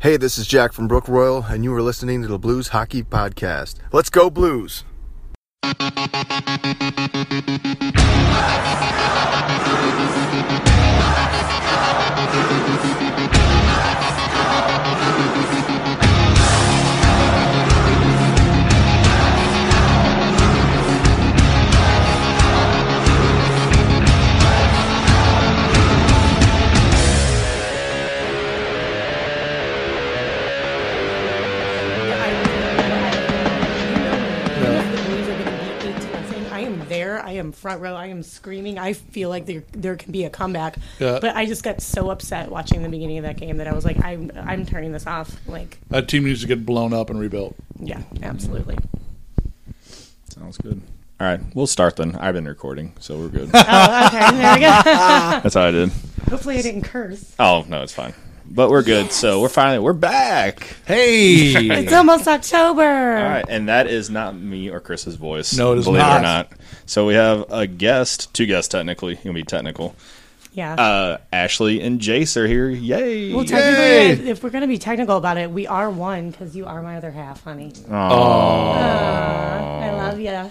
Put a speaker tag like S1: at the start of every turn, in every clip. S1: Hey, this is Jack from Brook Royal, and you are listening to the Blues Hockey Podcast. Let's go, Blues!
S2: the Blues are going to be eight to nothing. I am there. I am front row. I am screaming. I feel like there there can be a comeback.
S3: Yeah.
S2: But I just got so upset watching the beginning of that game that I was like, I'm I'm turning this off. Like,
S3: That team needs to get blown up and rebuilt.
S2: yeah, absolutely.
S4: Sounds good. All right, we'll start then. I've been recording, so we're good.
S2: Oh, okay, there we go.
S4: That's how I did.
S2: Hopefully, I didn't curse.
S4: Oh no, it's fine. But we're good. So we're finally we're back.
S3: Hey,
S2: It's almost October.
S4: All right, and that is not me or Chris's voice.
S3: No, it is
S4: believe it or
S3: not.
S4: not. So we have a guest, two guests technically. You can be technical.
S2: Yeah.
S4: Uh, Ashley and Jace are here. Yay!
S2: well, technically, if we're going to be technical about it, we are one because you are my other half, honey. Oh. I love you.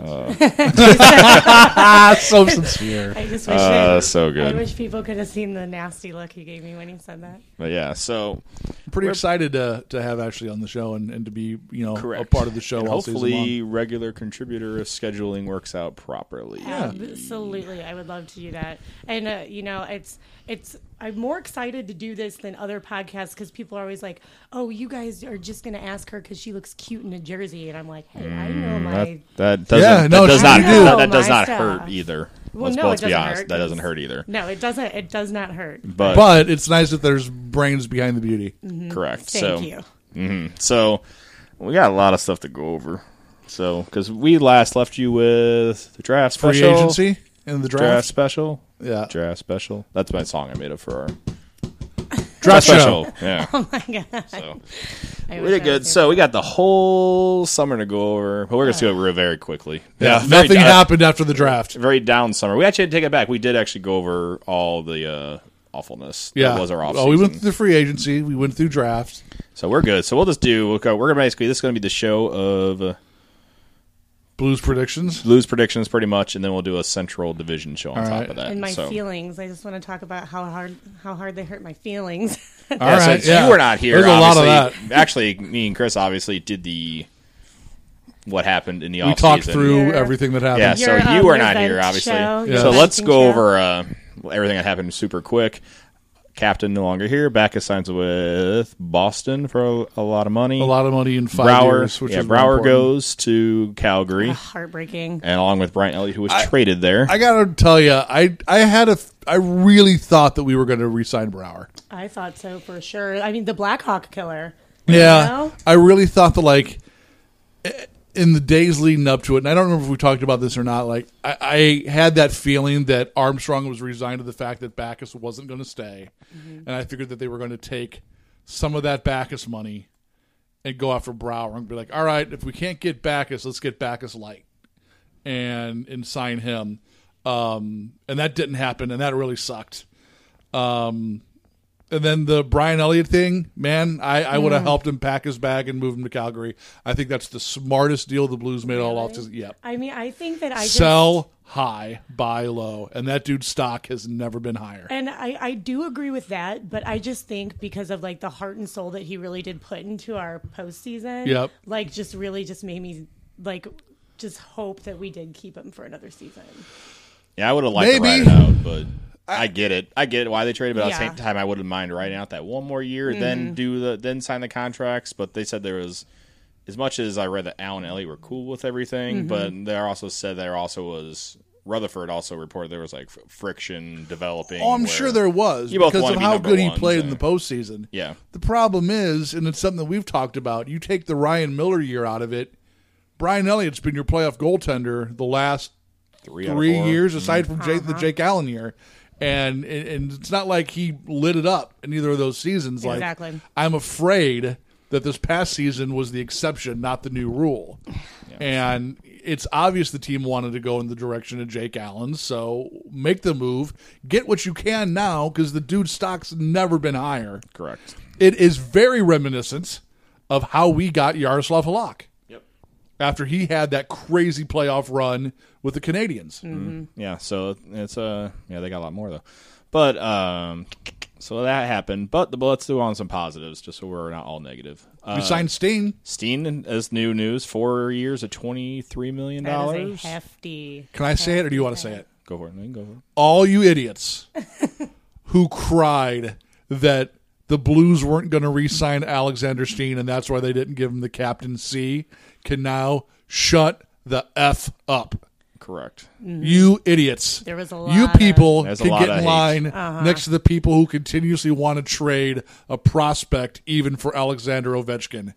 S4: Ah,
S3: so sincere.
S2: I just wish.
S4: Uh,
S2: I,
S4: so
S2: I
S4: good.
S2: wish people could have seen the nasty look he gave me when he said that.
S4: But yeah, so
S3: I'm pretty excited to to have Ashley on the show and, and to be you know
S4: correct
S3: a part of the show.
S4: And
S3: all season
S4: hopefully,
S3: long.
S4: regular contributor if scheduling works out properly.
S2: Absolutely, I would love to do that. And uh, you know, it's it's I'm more excited to do this than other podcasts because people are always like, "Oh, you guys are just going to ask her because she looks cute in a jersey," and I'm like, "Hey, I know my."
S4: Mm, That that doesn't
S3: Yeah, no,
S4: that does
S3: she-
S4: not
S3: I
S2: know
S4: that, that does
S2: my
S4: not
S2: stuff.
S4: hurt either.
S2: Well,
S4: let's
S2: no, it
S4: let's be
S2: doesn't
S4: honest,
S2: hurt
S4: that doesn't
S2: 'cause-
S4: hurt either.
S2: No, it doesn't. It does not hurt.
S4: But,
S3: Mm-hmm. but it's nice that there's brains behind the beauty.
S4: correct.
S2: Mm-hmm. Thank
S4: so
S2: you.
S4: so we got a lot of stuff to go over. So because we last left you with the draft
S3: Free
S4: special,
S3: agency and the
S4: draft
S3: draft.
S4: special,
S3: Yeah,
S4: draft special. That's my song I made up for our
S3: draft
S4: special. Yeah.
S2: Oh my god,
S4: So
S2: I
S4: we
S2: wish I
S4: did good.
S2: was
S4: So we got the whole summer to go over, but we're gonna go over it very quickly.
S3: Yeah,
S4: Very
S3: nothing
S4: di-
S3: happened after the draft.
S4: very down summer. We actually had to take it back. We did actually go over all the uh, awfulness.
S3: Yeah,
S4: that was our off.
S3: Oh, we went through the free agency. We went through drafts.
S4: so we're good. So we'll just do. We'll go, we're gonna basically this is gonna be the show of uh,
S3: Blues predictions.
S4: lose predictions pretty much, and then we'll do a central division show on
S3: All
S4: top
S3: right.
S4: of that.
S2: And my
S4: so.
S2: feelings. I just want to talk about how hard how hard they hurt my feelings.
S3: All
S4: Yeah,
S3: right,
S4: so it's-
S3: yeah.
S4: you were not here.
S3: There's a lot of that.
S4: obviously. Actually, me and Chris obviously did the what happened in the
S3: We
S4: off
S3: talked
S4: season.
S3: through
S2: Yeah.
S3: everything that happened.
S4: Yeah, so
S2: Your,
S4: you
S2: um,
S4: were not
S2: event
S4: here, obviously.
S2: show, your
S4: So let's
S2: eventing
S4: go
S2: show.
S4: over uh, everything that happened super quick. Captain no longer here. Backus signs with Boston for a, a lot of money.
S3: A lot of money in five
S4: Brower,
S3: years, which
S4: yeah,
S3: is more
S4: Brower
S3: important.
S4: goes to Calgary,
S2: Ah. Heartbreaking.
S4: and along with Brian Elliott, who was traded there.
S3: I gotta tell you, I I had a th- I really thought that we were going to resign Brower.
S2: I thought so for sure. I mean, the Black Hawk killer.
S3: Yeah,
S2: know?
S3: I really thought that like eh, in the days leading up to it, and I don't remember if we talked about this or not. Like I, I had that feeling that Armstrong was resigned to the fact that Backus wasn't going to stay, and I figured that they were going to take some of that Backus money and go after Brower and be like, all right, if we can't get Backus, let's get Backus light and and sign him. Um, and that didn't happen, and that really sucked. And then the Brian Elliott thing, man, I, I
S4: Mm.
S3: would have helped him pack his bag and move him to Calgary. I think that's the smartest deal the Blues made all off. Yep.
S2: I mean, I think that I just,
S3: Sell high, buy low. And that dude's stock has never been higher.
S2: and I, I do agree with that, but I just think because of like the heart and soul that he really did put into our postseason,
S3: Yep.
S2: like just really just made me like just hope that we did keep him for another season.
S4: yeah, I would have liked
S3: Maybe.
S4: to ride it out, but I, get it. I get why they traded, but at the
S2: Yeah.
S4: same time, I wouldn't mind riding out that one more year, then do the then sign the contracts. But they said there was. As much as I read that Allen and Elliott were cool with everything, but they also said there also was Rutherford also reported there was like fr- friction developing.
S3: Oh, I'm
S4: where-
S3: sure there was
S4: You both
S3: because
S4: wanna
S3: of
S4: be
S3: how
S4: number
S3: good he
S4: one,
S3: played
S4: so-
S3: in the postseason.
S4: Yeah.
S3: The problem is, and it's something that we've talked about, you take the Ryan Miller year out of it, Brian Elliott's been your playoff goaltender the last
S4: three, out of Mm-hmm.
S3: three
S4: four.
S3: years aside from Jake, the Jake Allen year. And, and and it's not like he lit it up in either of those seasons. Like
S2: Exactly.
S3: I'm afraid that this past season was the exception, not the new rule. And it's obvious the team wanted to go in the direction of Jake Allen, so make the move, get what you can now because the dude's stock's never been higher.
S4: Correct.
S3: It is very reminiscent of how we got Yaroslav Halak
S4: Yep.
S3: after he had that crazy playoff run with the Canadians.
S4: Yeah, so it's uh yeah, they got a lot more though. But um so that happened. But the but let's do on some positives just so we're not all negative.
S3: We
S4: Uh,
S3: signed Steen.
S4: Steen as new news, four years of twenty three million
S2: That is
S4: dollars.
S2: a hefty.
S3: Can I say it or do you want to say it?
S4: Go for it, man, go for it.
S3: all you idiots who cried that the Blues weren't going to re sign Alexander Steen and that's why they didn't give him the captain C can now shut the F up.
S4: Correct.
S3: You idiots.
S2: Mm-hmm. There was a Uh-huh.
S3: You
S2: lot of-
S3: people
S4: There's a
S3: can
S4: lot
S3: get
S4: of
S3: in
S4: hate.
S3: line next to the people who continuously want to trade a prospect even for Alexander Ovechkin.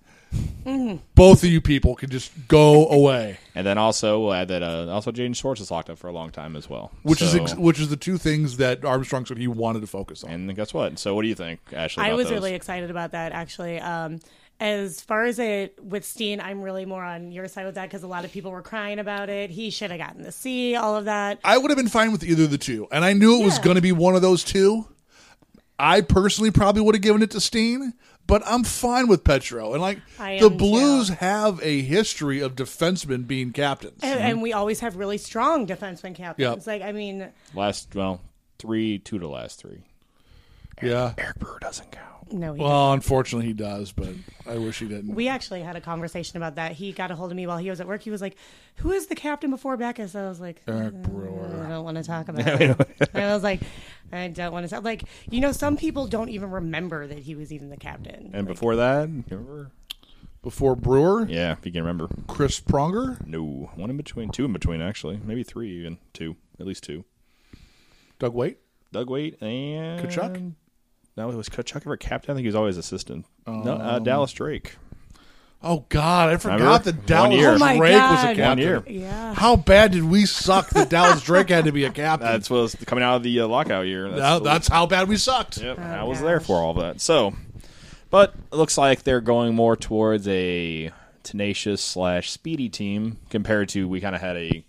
S2: Mm-hmm.
S3: Both of you people can just go away.
S4: And then also we'll add that uh, also Jaden Schwartz is locked up for a long time as well.
S3: Which is
S4: So-
S3: ex- which is the two things that Armstrong said he wanted to focus on.
S4: and guess what? So what do you think, Ashley?
S2: I
S4: about
S2: was
S4: those?
S2: really excited about that actually. Um, as far as it with Steen, I'm really more on your side with that because a lot of people were crying about it. He should have gotten the C, all of that.
S3: I would have been fine with either of the two, and I knew it was
S2: Yeah.
S3: going to be one of those two. I personally probably would have given it to Steen, but I'm fine with Petro. And like
S2: I
S3: the
S2: am, too.
S3: Blues have a history of defensemen being captains.
S2: And, and we always have really strong defenseman captains.
S3: Yeah.
S2: Like I mean,
S4: last well three two to last three.
S3: yeah.
S4: Eric Brewer doesn't count.
S2: no, he
S3: Well, unfortunately, he does, but I wish he didn't.
S2: we actually had a conversation about that. He got a hold of me while he was at work. He was like, "Who is the captain before Beckus?" I was like,
S3: Eric
S2: "Mm,
S3: Brewer.
S2: "I don't want to talk about it." I was like, "I don't want to talk." Like, you know, some people don't even remember that he was even the captain.
S4: And before that, you remember?
S3: Before Brewer,
S4: Yeah, if you can remember.
S3: Chris Pronger,
S4: No, one in between, two in between, actually, maybe three even, two, at least two.
S3: Doug Waite.
S4: Doug Waite and
S3: Kachuk?
S4: No, it was Kachuk ever captain? I think he was always assistant. no, uh,
S3: Um,
S4: Dallas Drake.
S3: Oh God, I forgot
S4: Remember?
S3: that
S4: One
S3: Dallas
S4: year. Oh,
S2: my
S3: Drake was a
S2: God.
S3: captain.
S4: One year.
S2: yeah.
S3: How bad did we suck that Dallas Drake had to be a captain?
S4: That's what was coming out of the uh, lockout year. That's,
S3: Now,
S4: the-
S3: that's how bad we sucked.
S4: Yep,
S2: Oh,
S4: I was there
S2: gosh.
S4: for all that. So, but it looks like they're going more towards a tenacious slash speedy team compared to we kind of had a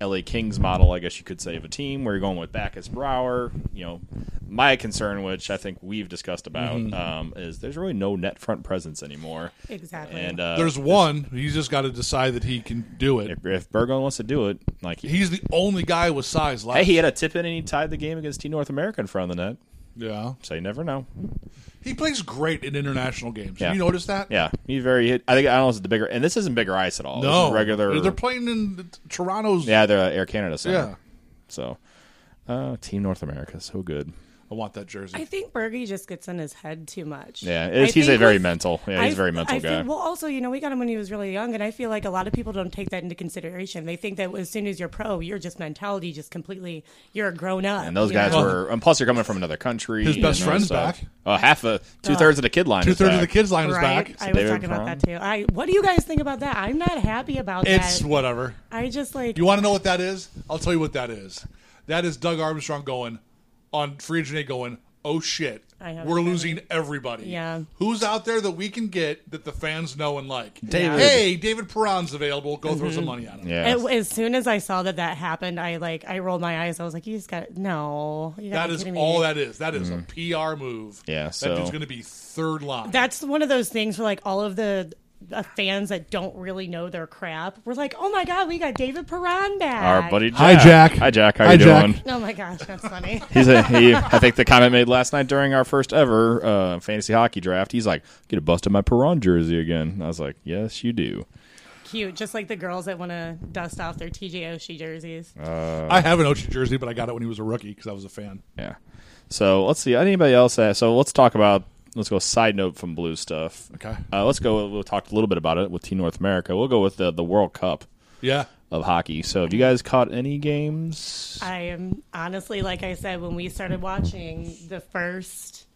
S4: LA Kings model, I guess you could say, of a team where you're going with Backus Brower. You know, my concern, which I think we've discussed about,
S3: Mm-hmm.
S4: um, is there's really no net front presence anymore.
S2: Exactly.
S4: And uh,
S3: There's one. He's just got to decide that he can do it.
S4: if, if Bergon wants to do it, like he,
S3: He's the only guy with size left.
S4: hey, he had a tip in and he tied the game against Team North America in front of the net.
S3: yeah.
S4: So you never know.
S3: He plays great in international games.
S4: Yeah.
S3: Have you noticed that?
S4: Yeah, he's very. hit- I think I don't know if it's the bigger, and this isn't bigger ice at all. This
S3: No.
S4: is regular.
S3: They're playing in the- Toronto's.
S4: yeah, they're at Air Canada. Center.
S3: Yeah.
S4: So, uh, Team North America, so good.
S3: I want that jersey.
S2: I think Bergie just gets in his head too much.
S4: Yeah,
S2: I
S4: it is, he's a
S2: think
S4: very
S2: with-
S4: mental. Yeah,
S2: I-
S4: he's a very mental
S2: I
S4: guy.
S2: Think, well, also, you know, we got him when he was really young, and I feel like a lot of people don't take that into consideration. They think that as soon as you're pro, you're just mentality, just completely, you're a grown up.
S4: and those
S2: you
S4: guys
S2: know?
S4: were, and plus you're coming from another country.
S3: His best
S4: and all
S3: friend's
S4: that stuff.
S3: back.
S4: Oh, half a two thirds of the kid line.
S3: Two thirds of the
S4: back.
S3: kids
S2: Right,
S3: line is
S2: I
S3: back.
S2: was
S4: David
S2: talking about
S4: Perron.
S2: that too. I, what do you guys think about that? I'm not happy about
S3: It's
S2: that.
S3: whatever.
S2: I just like
S3: You want to know what that is? I'll tell you what that is. That is Doug Armstrong going on free agent day going, oh shit,
S2: I have
S3: we're
S2: to-
S3: losing everybody.
S2: Yeah.
S3: Who's out there that we can get that the fans know and like?
S4: David.
S3: Hey, David Perron's available. Go throw
S2: Mm-hmm.
S3: some money on him.
S4: Yeah.
S2: It- as soon as I saw that that happened, I like I rolled my eyes. I was like, "You just got no." You gotta
S3: That
S2: be
S3: is
S2: kidding me.
S3: all that is. That is a PR move.
S4: Mm. Yeah,
S3: that
S4: so-
S3: dude's going to be third line.
S2: that's one of those things where like all of the uh, fans that don't really know their crap we're like oh my god we got david Perron back
S4: Our buddy Jack.
S3: Hi, Jack.
S4: Hi Jack. How
S3: Hi,
S4: you
S3: Jack.
S4: doing?
S2: oh my gosh that's funny
S4: He's a, he, I think the comment made last night during our first ever uh, fantasy hockey draft. He's like, "Get a bust of my Perron jersey again." I was like, "Yes, you do."
S2: cute just like the girls that want to dust off their tj oshie jerseys
S4: Uh,
S3: I have an Ochi jersey, but I got it when he was a rookie because I was a fan.
S4: Yeah. So let's see. Anybody else? That, so let's talk about. Let's go side note from blue stuff.
S3: Okay.
S4: Uh, let's go. We'll talk a little bit about it with Team North America. We'll go with the the World Cup
S3: Yeah.
S4: of hockey. So have you guys caught any games?
S2: i am honestly like i said when we started watching the first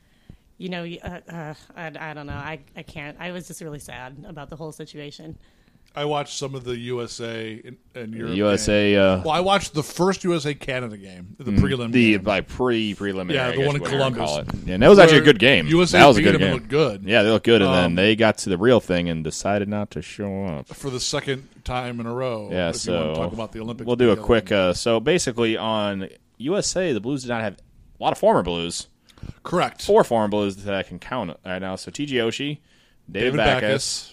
S2: you know uh, uh, I, I don't know I, I can't i was just really sad about the whole situation
S3: I watched some of the USA and, and Europe.
S4: USA.
S3: games.
S4: Uh, Mm.
S3: Well, I watched the first USA Canada game, the prelim.
S4: the
S3: game.
S4: like pre preliminary.
S3: Yeah, the
S4: I guess,
S3: one in
S4: whatever you call
S3: Columbus.
S4: it. Yeah, and that was actually a
S3: Where
S4: good game.
S3: USA
S4: that was a
S3: beat
S4: good
S3: them and
S4: game.
S3: looked good.
S4: Yeah, they looked good, and
S3: Um,
S4: then they got to the real thing and decided not to show up.
S3: for the second time in a row.
S4: Yeah,
S3: if
S4: so
S3: you want to talk about the Olympics.
S4: We'll do a
S3: together.
S4: quick. Uh, so basically, on USA, the Blues did not have a lot of former Blues.
S3: Correct.
S4: four foreign blows that I can count right now. So T.G. Oshie, David,
S3: David
S4: Backus,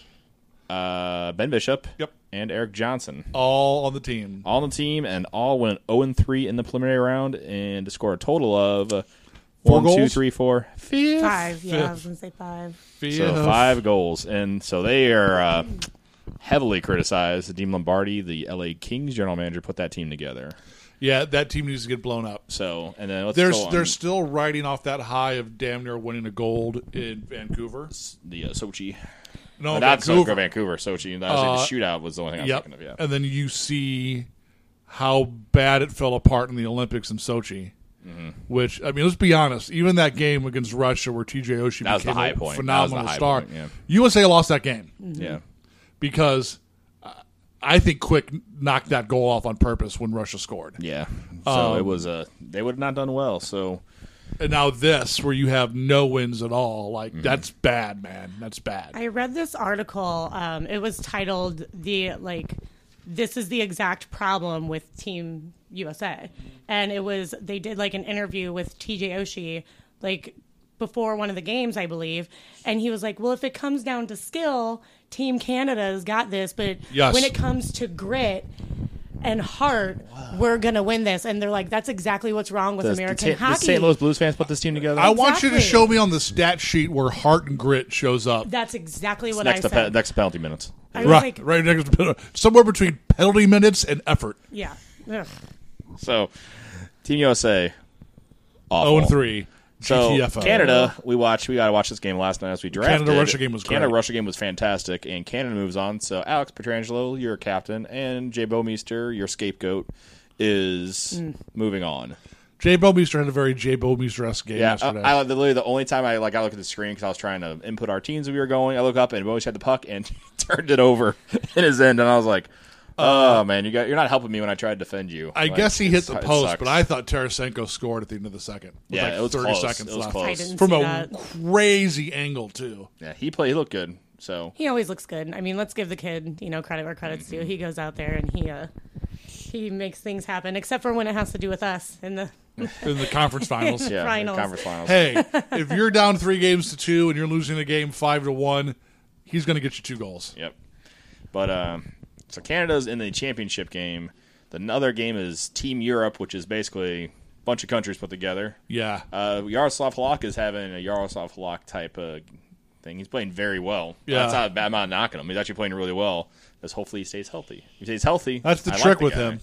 S4: uh, Ben Bishop,
S3: Yep.
S4: and Eric Johnson.
S3: All on the team.
S4: All on the team and all went 0 3 in the preliminary round and to score a total of uh,
S3: Four
S4: one, two,
S3: goals?
S4: three, four, fifth.
S2: Five. Yeah, I was gonna say five.
S4: So
S3: Yeah.
S4: five goals. And so they are uh, heavily criticized. Dean Lombardi, the L.A. Kings general manager, put that team together.
S3: Yeah, that team needs to get blown up.
S4: So, and then let's
S3: They're,
S4: go on
S3: they're still riding off that high of damn near winning a gold in Vancouver.
S4: the uh, Sochi.
S3: No,
S4: That's
S3: Oh, Vancouver.
S4: Vancouver. Vancouver, Sochi. That was
S3: Uh,
S4: the shootout was the only thing I was
S3: Yep.
S4: thinking of, yeah.
S3: And then you see how bad it fell apart in the Olympics in Sochi.
S4: Mm-hmm.
S3: Which I mean, let's be honest. Even that game against Russia, where TJ Oshie
S4: That was the
S3: became
S4: high
S3: a
S4: point. That was the
S3: phenomenal
S4: high
S3: star,
S4: point, yeah.
S3: USA lost that game
S4: Yeah.
S3: because uh, I think Quick knocked that goal off on purpose when Russia scored.
S4: Yeah. So it was uh, they would have not done well. So
S3: And now this, where you have no wins at all, like
S4: Mm-hmm.
S3: that's bad, man. That's bad.
S2: I read this article. Um, it was titled "The like this is the exact problem with Team USA," and it was they did like an interview with T.J. Oshie like before one of the games, I believe, and he was like, "Well, if it comes down to skill, Team Canada's got this, but
S3: Yes.
S2: when it comes to grit." And heart, we're gonna win this, and they're like, "That's exactly what's wrong with
S4: the, the,
S2: American
S4: Ta- the
S2: hockey."
S4: St. Louis Blues fans put this team together.
S3: I want you to
S2: Exactly.
S3: show me on the stat sheet where heart and grit shows up.
S2: That's exactly what
S4: next
S2: I
S4: to
S2: said.
S4: pe- next to penalty minutes.
S2: I was
S3: Right,
S2: like,
S3: right next to penalty. somewhere between penalty minutes and effort.
S2: "Yeah." Ugh.
S4: So Team USA.
S3: Oh
S4: Awful.
S3: and three.
S4: So
S3: GTFO.
S4: Canada, we watched. We got to watch this game last night as we drafted.
S3: Canada-Russia game was great.
S4: Canada Russia game was fantastic, and Canada moves on. So Alex Petrangelo, your captain, and Jay Bomeister, your scapegoat, is
S2: Mm.
S4: moving on.
S3: Jay Bomeister had a very Jay Bomeister esque game
S4: Yeah,
S3: yesterday.
S4: I, I literally the only time I like I looked at the screen because I was trying to input our teams we were going. I look up and Bowies had the puck and turned it over in his end, and I was like, "Oh man, you got you're not helping me when I try to defend you."
S3: Uh, I
S4: Like,
S3: guess he hit
S4: it's-
S3: the
S4: it
S3: post,
S4: sucks.
S3: but I thought Tarasenko scored at the end of the second. With
S4: yeah,
S3: like
S4: it was
S3: 30
S4: close.
S3: seconds
S4: it was
S3: left.
S4: close.
S2: I didn't
S3: From
S2: see
S3: a
S2: that.
S3: crazy angle, too.
S4: Yeah, he played. He looked good. So
S2: he always looks good. I mean, let's give the kid, you know, credit where credit's
S4: Mm-hmm.
S2: due. He goes out there and he uh he makes things happen, except for when it has to do with us in the
S3: In the conference finals.
S4: yeah,
S2: Finals.
S4: conference finals.
S3: Hey, if you're down three games to two and you're losing a game five to one, he's going to get you two goals.
S4: Yep. But um, so Canada's in the championship game. The other game is Team Europe, which is basically a bunch of countries put together.
S3: Yeah.
S4: Uh, Yaroslav Halak is having a Yaroslav Halak type of thing. He's playing very well.
S3: Yeah.
S4: That's not, I'm not knocking him. He's actually playing really well. Because hopefully he stays healthy. If he stays healthy,
S3: That's the
S4: I like
S3: trick with
S4: guy.
S3: him.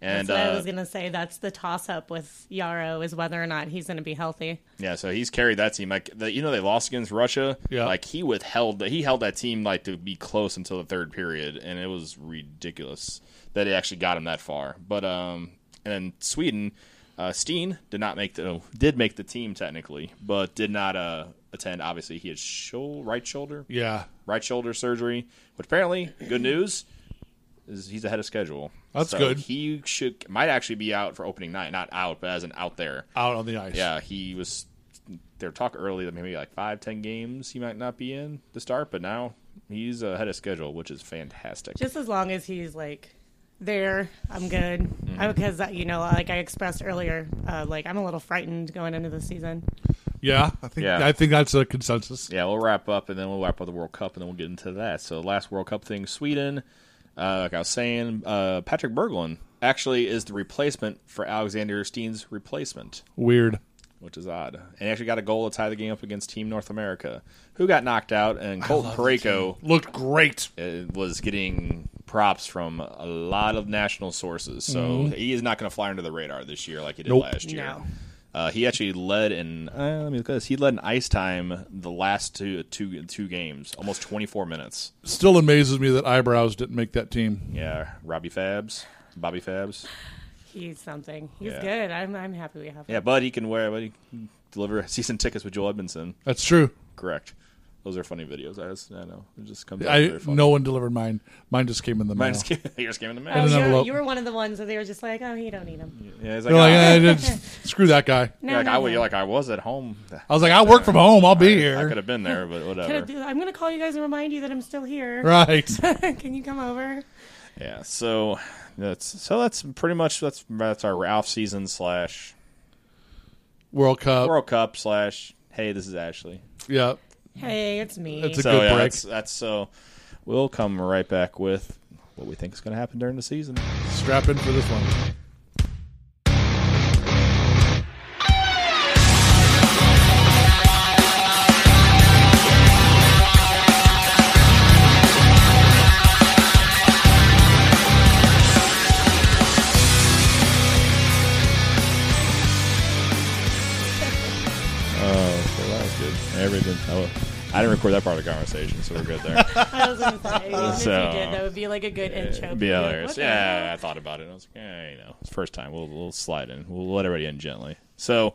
S4: And
S2: so I was
S4: uh,
S2: gonna say that's the toss up with Yarrow is whether or not he's gonna be healthy.
S4: yeah, so he's carried that team. Like the, you know, they lost against Russia.
S3: Yeah.
S4: like he withheld he held that team like to be close until the third period, and it was ridiculous that it actually got him that far. But um, and then Sweden, uh, Steen did not make the oh, did make the team technically, but did not uh attend. Obviously, he had shoul- right shoulder
S3: Yeah.
S4: right shoulder surgery, which apparently good news is he's ahead of schedule.
S3: That's
S4: So
S3: good.
S4: He should might actually be out for opening night, not out, but as an out there.
S3: Out on the ice.
S4: Yeah, he was. They were talking early that maybe like five, ten games he might not be in to start, but now he's ahead of schedule, which is fantastic.
S2: Just as long as he's like there, I'm good.
S4: Mm-hmm.
S2: Because you know, like I expressed earlier, uh, like I'm a little frightened going into the season.
S3: Yeah. I think,
S4: Yeah.
S3: I think that's a consensus.
S4: yeah, we'll wrap up and then we'll wrap up the World Cup and then we'll get into that. So last World Cup thing, Sweden. Uh, like I was saying, uh, Patrick Berglund actually is the replacement for Alexander Steen's replacement.
S3: Weird.
S4: which is odd. And he actually got a goal to tie the game up against Team North America, who got knocked out, and Colton Pareko
S3: Looked great.
S4: uh, was getting props from a lot of national sources. So he is not going to fly under the radar this year like he did
S3: Mm-hmm. Nope.
S4: last year.
S2: No.
S4: Uh, he actually led in. Uh, let me look at this. He led in ice time the last two two two games, almost twenty four minutes.
S3: Still amazes me that Eyebrows didn't make that team.
S4: Yeah, Robbie Fabs, Bobby Fabs.
S2: He's something. He's
S4: Yeah.
S2: good. I'm I'm happy we have him.
S4: Yeah, but he can wear. But he can deliver season tickets with Joel Edmondson.
S3: That's true.
S4: Correct. Those are funny videos. I, just, I know. It just comes. out
S3: I
S4: very funny.
S3: no one delivered mine. Mine just came in the mail.
S4: Mine's came, yours came in the
S2: Oh,
S4: mail.
S3: an
S2: you're,
S3: envelope.
S2: you were one of the ones that they were just like, oh, you don't need him.
S4: Yeah, it's like,
S3: They're like,
S4: ah,
S3: "Eh, I did- screw that guy.
S2: No,
S4: you're like,
S2: no,
S4: I, was-
S2: no.
S4: you're like, I was at home.
S3: I was like, I work from home. I'll be
S4: I could
S3: here.
S4: have been there, but
S2: Can I
S4: whatever.
S2: do- I'm going to call you guys and remind you that I'm still here.
S3: Right.
S2: Can you come over?
S4: Yeah. So that's so that's pretty much that's that's our off season slash
S3: World Cup.
S4: World Cup slash Hey, this is Ashley.
S3: yeah.
S2: Hey, it's me.
S3: It's a
S4: so
S3: good
S4: yeah,
S3: break.
S4: That's, that's so. We'll come right back with what we think is going to happen during the season.
S3: Strap in for this one.
S4: Oh, so that was good. Everything. Oh, I didn't record that part of the conversation, so we're good there.
S2: I was gonna say, even
S4: So-
S2: if you did, that would be like a good intro.
S4: It'd be
S2: Like,
S4: hilarious.
S2: what the
S4: Yeah, I thought about it. I was like, eh, you know, it's first time. We'll we'll slide in. We'll let everybody in gently. So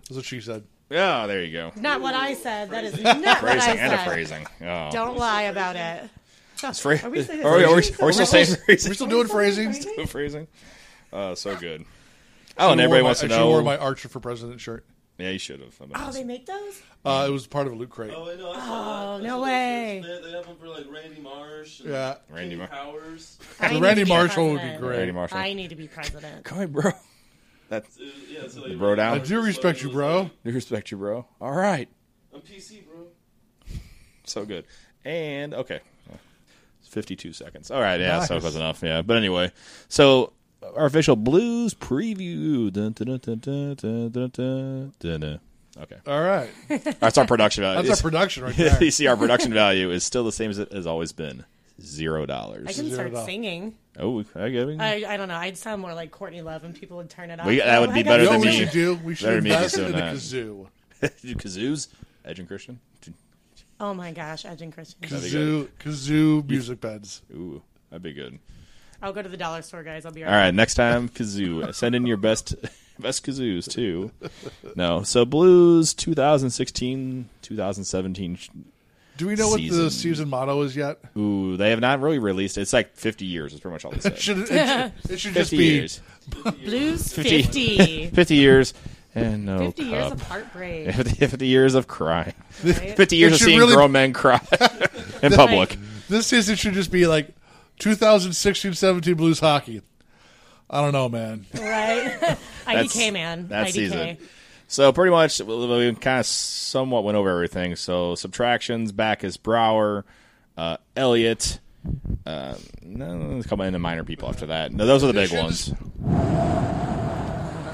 S3: That's what she said.
S4: yeah, there you go.
S2: Not what I said. That is not what I
S4: Phrasing and a
S2: said.
S4: phrasing. Oh.
S2: Don't lie about it.
S4: It's fra-
S2: Are we saying-
S4: are we, are we- are we
S2: Are
S4: still
S2: we
S4: saying
S3: We're
S4: phrasing?
S3: still doing phrasings.
S4: Still phrasing. Uh, so good. Oh, and
S3: I
S4: everybody
S3: wore
S4: wants
S3: my,
S4: to
S3: I should've
S4: know.
S3: wore my Archer for President shirt.
S4: yeah, you should have.
S2: Oh, they make those?
S3: Uh, it was part of a loot crate.
S5: Oh, I know, I saw
S2: Oh,
S5: that. I
S2: no
S5: saw those
S2: way.
S5: shirts. They, they have them for like Randy Marsh. And
S3: Yeah.
S4: Randy
S5: Kenny
S4: Mar-
S5: Powers.
S2: I need
S3: Randy
S2: to be
S3: Marshall would be
S2: president.
S3: great.
S4: Randy Marshall.
S2: I need to be president.
S4: Come here, bro. That's
S5: Uh, yeah, so they
S4: bro
S3: I
S4: down.
S3: do respect you, bro.
S4: We respect you, bro. All right.
S5: I'm PC, bro.
S4: So good. And okay. 52 seconds. All right, yeah, so
S3: Nice.
S4: it was enough. Yeah. But anyway, so our official blues preview. Dun, dun, dun, dun, dun, dun, dun, dun, dun, dun. Okay.
S3: All right.
S4: That's our production value.
S3: That's our production right
S4: It's- you
S3: there.
S4: see, our production value is still the same as it has always been. Zero
S2: I
S4: dollars.
S2: can
S3: Zero
S2: start
S3: dollars.
S2: singing.
S4: Oh, I get it.
S2: I, I don't know. I'd sound more like Courtney Love, and people would turn it off.
S4: We- that would
S2: Oh,
S4: be
S2: I got
S4: better
S3: You know
S4: than
S3: what we
S4: me.
S3: should do? We should
S4: Better than me
S3: invest
S4: just
S3: in a
S4: doing that.
S3: kazoo.
S4: Do kazoos, Edge and Christian.
S2: Oh my gosh, Edge and Christian.
S4: be
S3: Kazoo, kazoo music beds.
S4: Ooh, that'd be good.
S2: I'll go to the dollar store, guys. I'll be
S4: All right, next time kazoo. Send in your best best kazoos too. No, so blues 2016, 2017. sh-
S3: Do we know what
S4: Season.
S3: the season motto is yet?
S4: Ooh, they have not really released. It's like 50 years. Is pretty much all they said.
S3: Should it, it should, it should just
S4: 50
S3: be
S4: years.
S2: Blues
S4: 50.
S2: 50.
S4: 50 years. And no
S2: 50 years
S4: cup.
S2: of heartbreak.
S4: 50, 50 years of crying.
S2: Right?
S4: 50 years of
S3: should
S4: seeing
S3: really-
S4: grown men cry in public.
S3: this season should just be like 2016-17 Blues hockey. I don't know, man.
S2: right? IDK, man.
S4: That
S2: IDK.
S4: season. So pretty much, we kind of somewhat went over everything. So subtractions back is Brower, uh, Elliott. Uh, no, there's a couple in the minor people after that. No, those are the big ones.
S3: Additions.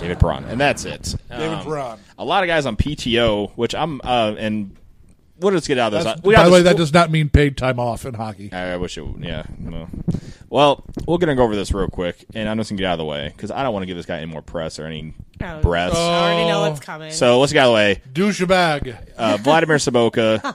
S4: David Perron, and that's it.
S3: David
S4: Um,
S3: Perron.
S4: A lot of guys on PTO, which I'm uh, and we'll just get out of this.
S3: That's-
S4: I- we
S3: by
S4: got
S3: the way,
S4: this-
S3: that does not mean paid time off in hockey.
S4: I, I wish it. would- Yeah. No. Well, we're gonna go over this real quick, and I'm just gonna get out of the way because I don't want to give this guy any more press or any
S2: Oh,
S4: breaths.
S2: I already know
S3: Oh.
S2: what's coming.
S4: So let's get out of the way.
S3: Douchebag,
S4: Uh, Vladimir Saboka,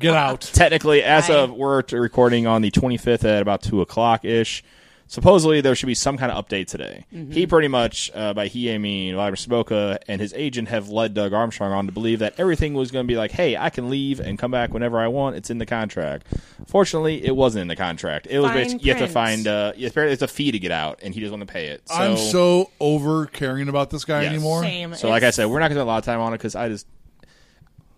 S3: get out.
S4: technically, as
S2: Hi.
S4: of we're t- recording on the 25th at about two o'clock ish. Supposedly, there should be some kind of update today.
S2: Mm-hmm.
S4: He pretty much, uh, by he I mean Vladimir Saboka and his agent, have led Doug Armstrong on to believe that everything was going to be like, "Hey, I can leave and come back whenever I want. It's in the contract." Fortunately, it wasn't in the contract. It was
S2: Fine
S4: basically you have to
S2: print.
S4: find. Uh, yeah, apparently, it's a fee to get out, and he doesn't want to pay it. So,
S3: I'm so over caring about this guy
S4: Yes.
S3: anymore.
S2: Same.
S4: So, like I
S2: It's-
S4: said, we're not going to spend a lot of time on it because I just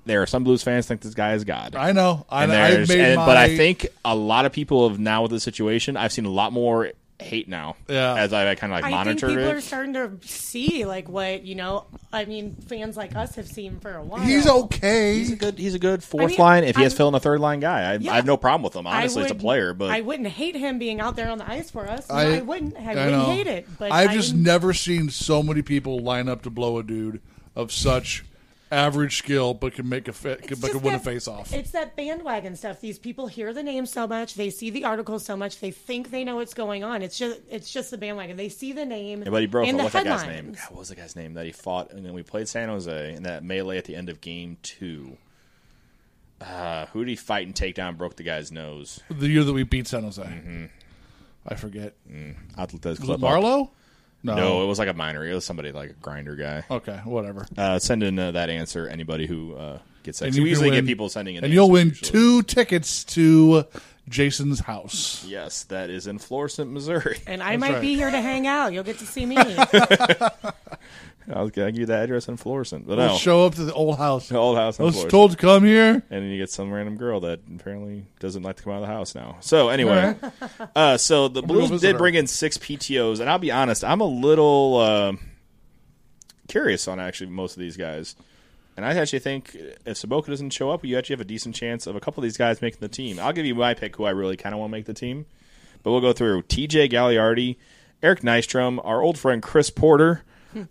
S4: there are some Blues fans think this guy is God.
S3: I know. I,
S4: and
S3: I
S4: there's,
S3: made
S4: and,
S3: my,
S4: but I think a lot of people have now with the situation. I've seen a lot more hate now.
S3: Yeah.
S4: as I, kind of like
S2: I think
S4: monitor
S2: people
S4: it.
S2: are starting to see like what you know. I mean, fans like us have seen for a while.
S3: he's okay.
S4: he's a good. He's a good fourth
S2: mean,
S4: line. If he has
S2: I'm-
S4: fill in a third line guy, I, I have no problem with him.
S2: I
S4: Honestly, it's a
S2: would-
S4: player, but
S2: I wouldn't hate him being out there on the ice for us. No, I,
S3: I-
S2: wouldn't. I,
S3: I
S2: wouldn't
S3: know.
S2: hate it. But
S3: I've
S2: I
S3: just
S2: didn't-
S3: never seen so many people line up to blow a dude of such average skill, but can make a fa-
S2: It's
S3: but
S2: just
S3: can win a
S2: that-
S3: face off.
S2: It's that bandwagon stuff. These people hear the name so much, they see the article so much, they think they know what's going on. It's just it's just the bandwagon. They see the name.
S4: Yeah, but he broke.
S2: in
S4: it.
S2: the
S4: What's
S2: headlines.
S4: that guy's name? God, what was the guy's name that he fought? And then we played San Jose in that melee at the end of game two. Uh, who did he fight and take down? Broke the guy's nose.
S3: the year that we beat San Jose.
S4: Mm-hmm.
S3: I forget.
S4: I'll look
S3: Was
S4: those
S3: it
S4: clip up.
S3: Marlowe?
S4: Mm-hmm. No, it was like a minor. It was somebody like a grinder guy.
S3: Okay, whatever.
S4: Uh, send in uh, that answer. Anybody who uh, gets that.
S3: And
S4: So
S3: you
S4: we
S3: can
S4: usually
S3: win-
S4: get people sending in.
S3: And you'll win
S4: answers,
S3: two
S4: usually.
S3: tickets to Jason's house.
S4: Yes, that is in Florissant, Missouri.
S2: And I might
S3: right.
S2: be here to hang out. You'll get to see me.
S4: I'll give you that address in Florissant. But
S3: We'll
S4: no,
S3: show up to the old house.
S4: the old house
S3: I
S4: in
S3: was
S4: Florissant.
S3: told to come here.
S4: and then you get some random girl that apparently doesn't like to come out of the house now. So anyway, uh, so the
S3: go
S4: Blues
S3: visit
S4: did
S3: her.
S4: bring in six PTOS, and I'll be honest, I'm a little uh, curious on actually most of these guys. And I actually think if Saboka doesn't show up, you actually have a decent chance of a couple of these guys making the team. I'll give you my pick who I really kind of want to make the team. But we'll go through TJ Galliardi, Eric Nystrom, our old friend Chris Porter,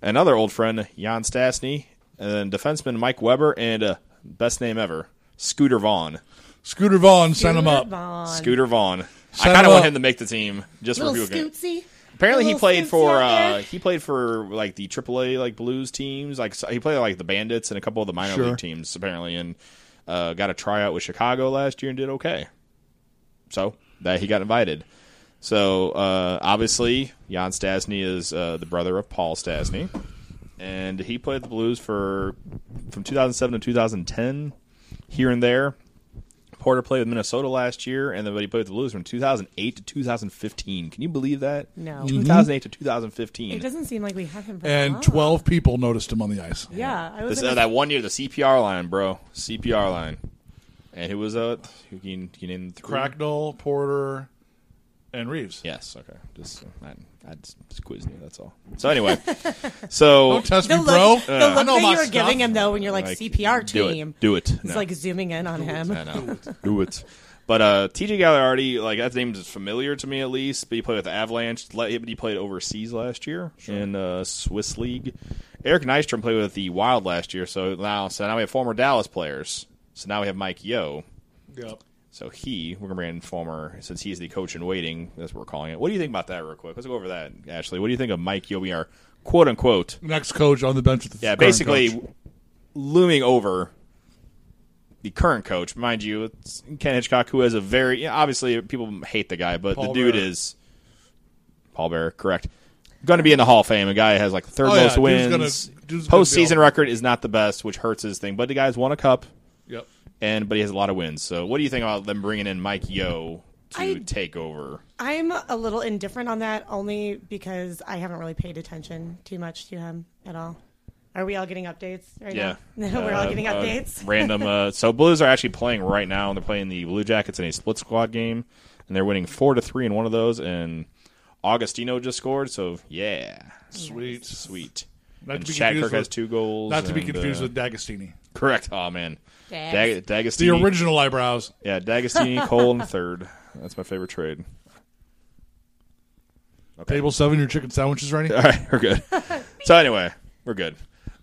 S4: another old friend Jan Stastny, and then defenseman Mike Weber, and uh, best name ever, Scooter Vaughn.
S3: Scooter Vaughn, send him up.
S2: Vaughn.
S4: Scooter Vaughn.
S3: Shut
S4: I kind
S3: him
S4: of want
S3: up.
S4: him to make the team just for
S2: Little
S4: people. can-
S2: Scootsy.
S4: Apparently, he
S2: Little
S4: played
S2: Scootsy
S4: for
S2: out there.
S4: uh, he played for like the AAA like Blues teams. Like so- he played like the Bandits and a couple of the minor
S3: Sure.
S4: league teams apparently, and uh, got a tryout with Chicago last year and did okay. So that he got invited. So uh, obviously, Jan Stasny is uh, the brother of Paul Stasny, and he played the Blues for from 2007 to 2010 here and there. Porter played with Minnesota last year, and then he played with the Blues from 2008 to 2015. Can you believe that?
S2: No.
S4: 2008 to
S2: It
S4: 2015.
S2: doesn't seem like we have him. For
S3: And
S2: long.
S3: 12 people noticed him on the ice.
S2: Ah. Yeah, I was.
S4: This, uh, that one year, the CPR line, bro, CPR line, and who was uh, who can, can you name the three?
S3: Cracknell, Porter, and Reeves.
S4: Yes. Okay. Just I, I just, just quizzing you. That's all. So anyway, so
S3: Don't test
S2: the
S3: me,
S2: look,
S3: bro.
S2: the look
S3: I know
S2: that
S3: my
S2: you were
S3: stuff.
S2: giving him though, when you're like,
S4: like,
S2: CPR
S4: do
S2: team,
S4: it. Do it.
S2: it's
S4: No.
S2: like zooming in on him.
S4: I know. Do it. But uh, TJ Galliardi, like that name is familiar to me at least. But he played with the Avalanche. Le- He played overseas last year in uh, Swiss League. Eric Nystrom played with the Wild last year. So now, so now we have former Dallas players. So now we have Mike Yo.
S3: Yep.
S4: So he, we're gonna bring in former since he's the coach in waiting. That's what we're calling it. What do you think about that, real quick? Let's go over that, Ashley. What do you think of Mike Yo being our quote unquote?
S3: Next coach on the bench with the
S4: Yeah,
S3: current
S4: basically
S3: coach.
S4: looming over the current coach, mind you, it's Ken Hitchcock, who has a very yeah, obviously people hate the guy, but
S3: Paul
S4: the dude
S3: Bearer.
S4: is Paul Bear, correct? Going to be in the Hall of Fame. A guy has like the third
S3: Oh, yeah,
S4: most
S3: dude's
S4: wins.
S3: gonna- dude's gonna be
S4: Postseason
S3: all-
S4: record is not the best, which hurts his thing. But the guy's won a cup,
S3: Yep.
S4: and but he has a lot of wins. So, what do you think about them bringing in Mike Yo to
S2: I-
S4: take over?
S2: I'm a little indifferent on that only because I haven't really paid attention too much to him at all. Are we all getting updates right
S4: Yeah,
S2: now? We're all
S4: Uh,
S2: getting
S4: uh,
S2: updates.
S4: random. Uh, so Blues are actually playing right now, and they're playing the Blue Jackets in a split squad game, and they're winning four to three in one of those. And Augustino just scored, so yeah,
S3: Sweet.
S4: sweet.
S3: Not
S4: and
S3: to be
S4: Shattenkirk
S3: confused
S4: has
S3: with-
S4: two goals.
S3: Not to be
S4: and,
S3: confused
S4: uh,
S3: with D'Agostini.
S4: correct. Oh man, Dag-
S2: Dags.
S4: D'Agostini.
S3: The original eyebrows.
S4: Yeah, D'Agostini, Cole, and third. That's my favorite trade.
S3: Table seven, your chicken sandwiches ready?
S4: All right, we're good. so anyway, we're good.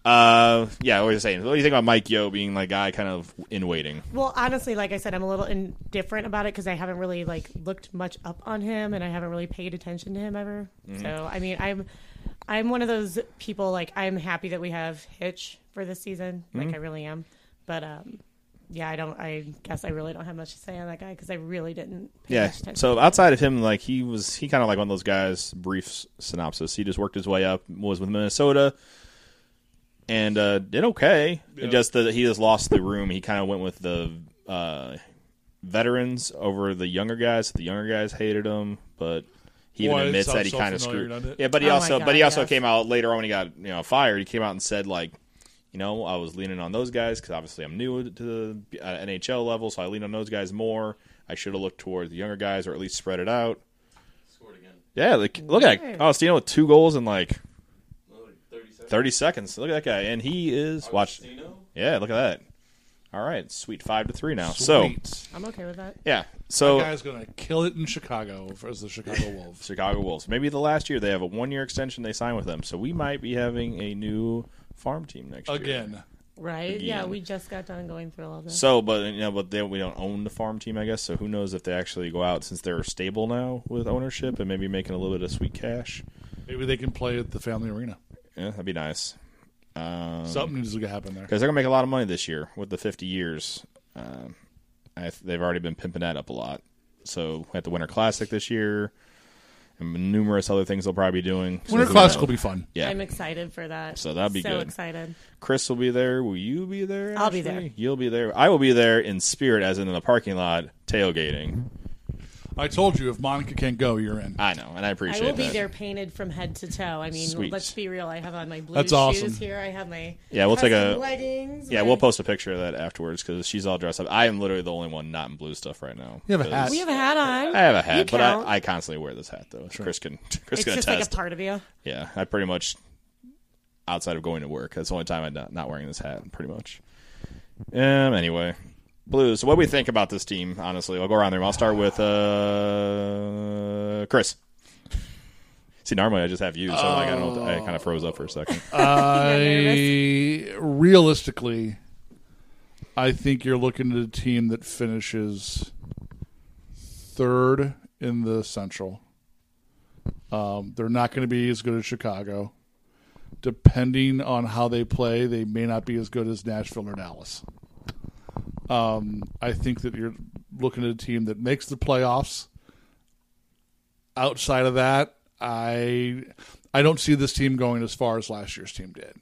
S4: Uh, yeah, what was I saying? What do you think about Mike Yo being like guy kind of in waiting?
S2: Well, honestly, like I said, I'm a little indifferent about it because I haven't really like looked much up on him, and I haven't really paid attention to him ever.
S4: Mm-hmm.
S2: So, I mean, I'm I'm one of those people like I'm happy that we have Hitch for this season.
S4: Mm-hmm.
S2: Like I really am, but um, yeah, I don't. I guess I really don't have much to say on that guy because I really didn't. pay
S4: Yeah.
S2: much attention.
S4: So outside of him, like he was, he kind of like one of those guys. Brief s- synopsis. He just worked his way up. Was with Minnesota, and uh, did okay. It Just that he just lost the room. He kind of went with the uh, veterans over the younger guys. The younger guys hated him, but he even
S3: Boy, it
S4: admits that
S3: sounds
S4: he
S3: so
S4: kind of
S3: familiar,
S4: screwed.
S3: doesn't it?
S4: Yeah, but he
S2: Oh my
S4: also, but
S2: God,
S4: he also
S2: yes.
S4: came out later on when he got you know fired. He came out and said like. You know, I was leaning on those guys because obviously I'm new to the uh, NHL level, so I lean on those guys more. I should have looked toward the younger guys or at least spread it out.
S5: Scored again.
S4: Yeah, like look at
S2: Sure.
S4: Augustino with two goals in like
S5: Another like 30 seconds.
S4: 30 seconds. Look at that guy, and he is watch.
S5: Agostino?
S4: Yeah, look at that. All right, sweet five to three now. So
S3: Sweet.
S2: I'm okay with that.
S4: yeah, so
S3: guy's gonna kill it in Chicago as the Chicago Wolves.
S4: Chicago Wolves. Maybe the last year they have a one year extension they signed with them, so we might be having a new farm team next year
S3: Again.
S2: Right? Yeah,
S4: Again.
S2: we just got done going through all of this.
S4: So, but you know, but they, we don't own the farm team, I guess. So who knows if they actually go out since they're stable now with ownership and maybe making a little bit of sweet cash.
S3: Maybe they can play at the family arena.
S4: Yeah, that'd be nice. Um,
S3: Something needs to happen there.
S4: because they're gonna make a lot of money this year with the 50 years. Um, I th- they've already been pimping that up a lot. So at the Winter Classic this year, and numerous other things they'll probably be doing. So
S3: Winter
S4: who
S3: Classic
S4: knows?
S3: will be fun.
S4: yeah.
S2: I'm excited for that.
S4: So that'd be
S2: so
S4: good.
S2: excited.
S4: Chris will be there. Will you be there?
S2: I'll be
S4: Ashley?
S2: there.
S4: You'll be there. I will be there in spirit, as in, in the parking lot tailgating.
S3: I told you if Monica can't go, you're in.
S4: I know, and I
S2: I
S4: appreciate
S2: will be
S4: that.
S2: there painted from head to toe. I mean,
S4: Sweet.
S2: let's be real. I have on my blue shoes
S3: That's awesome.
S2: here. I have my
S4: Yeah, we'll take
S2: custom
S4: a-
S2: leggings.
S4: Yeah,
S2: my-
S4: we'll post a picture of that afterwards because she's all dressed up. I am literally the only one not in blue stuff right now.
S3: You have a hat.
S2: We have a hat on.
S4: I have a
S2: You
S4: hat, but
S2: count.
S4: I, I constantly wear this hat though. Chris can Chris
S2: it's
S4: can
S2: just
S4: attest.
S2: like a part of you.
S4: Yeah, I pretty much outside of going to work. That's the only time I'm not, not wearing this hat, pretty much. Um. Anyway, Blues. So what do we think about this team? Honestly, I'll go around there. I'll start with uh Chris. See, normally I just have you, so like I don't. Know what the- I kind of froze up for a second.
S3: I realistically, I think you're looking at a team that finishes third in the Central. Um, they're not going to be as good as Chicago. Depending on how they play, they may not be as good as Nashville or Dallas. Um, I think that you're looking at a team that makes the playoffs outside of that, I I don't see this team going as far as last year's team did.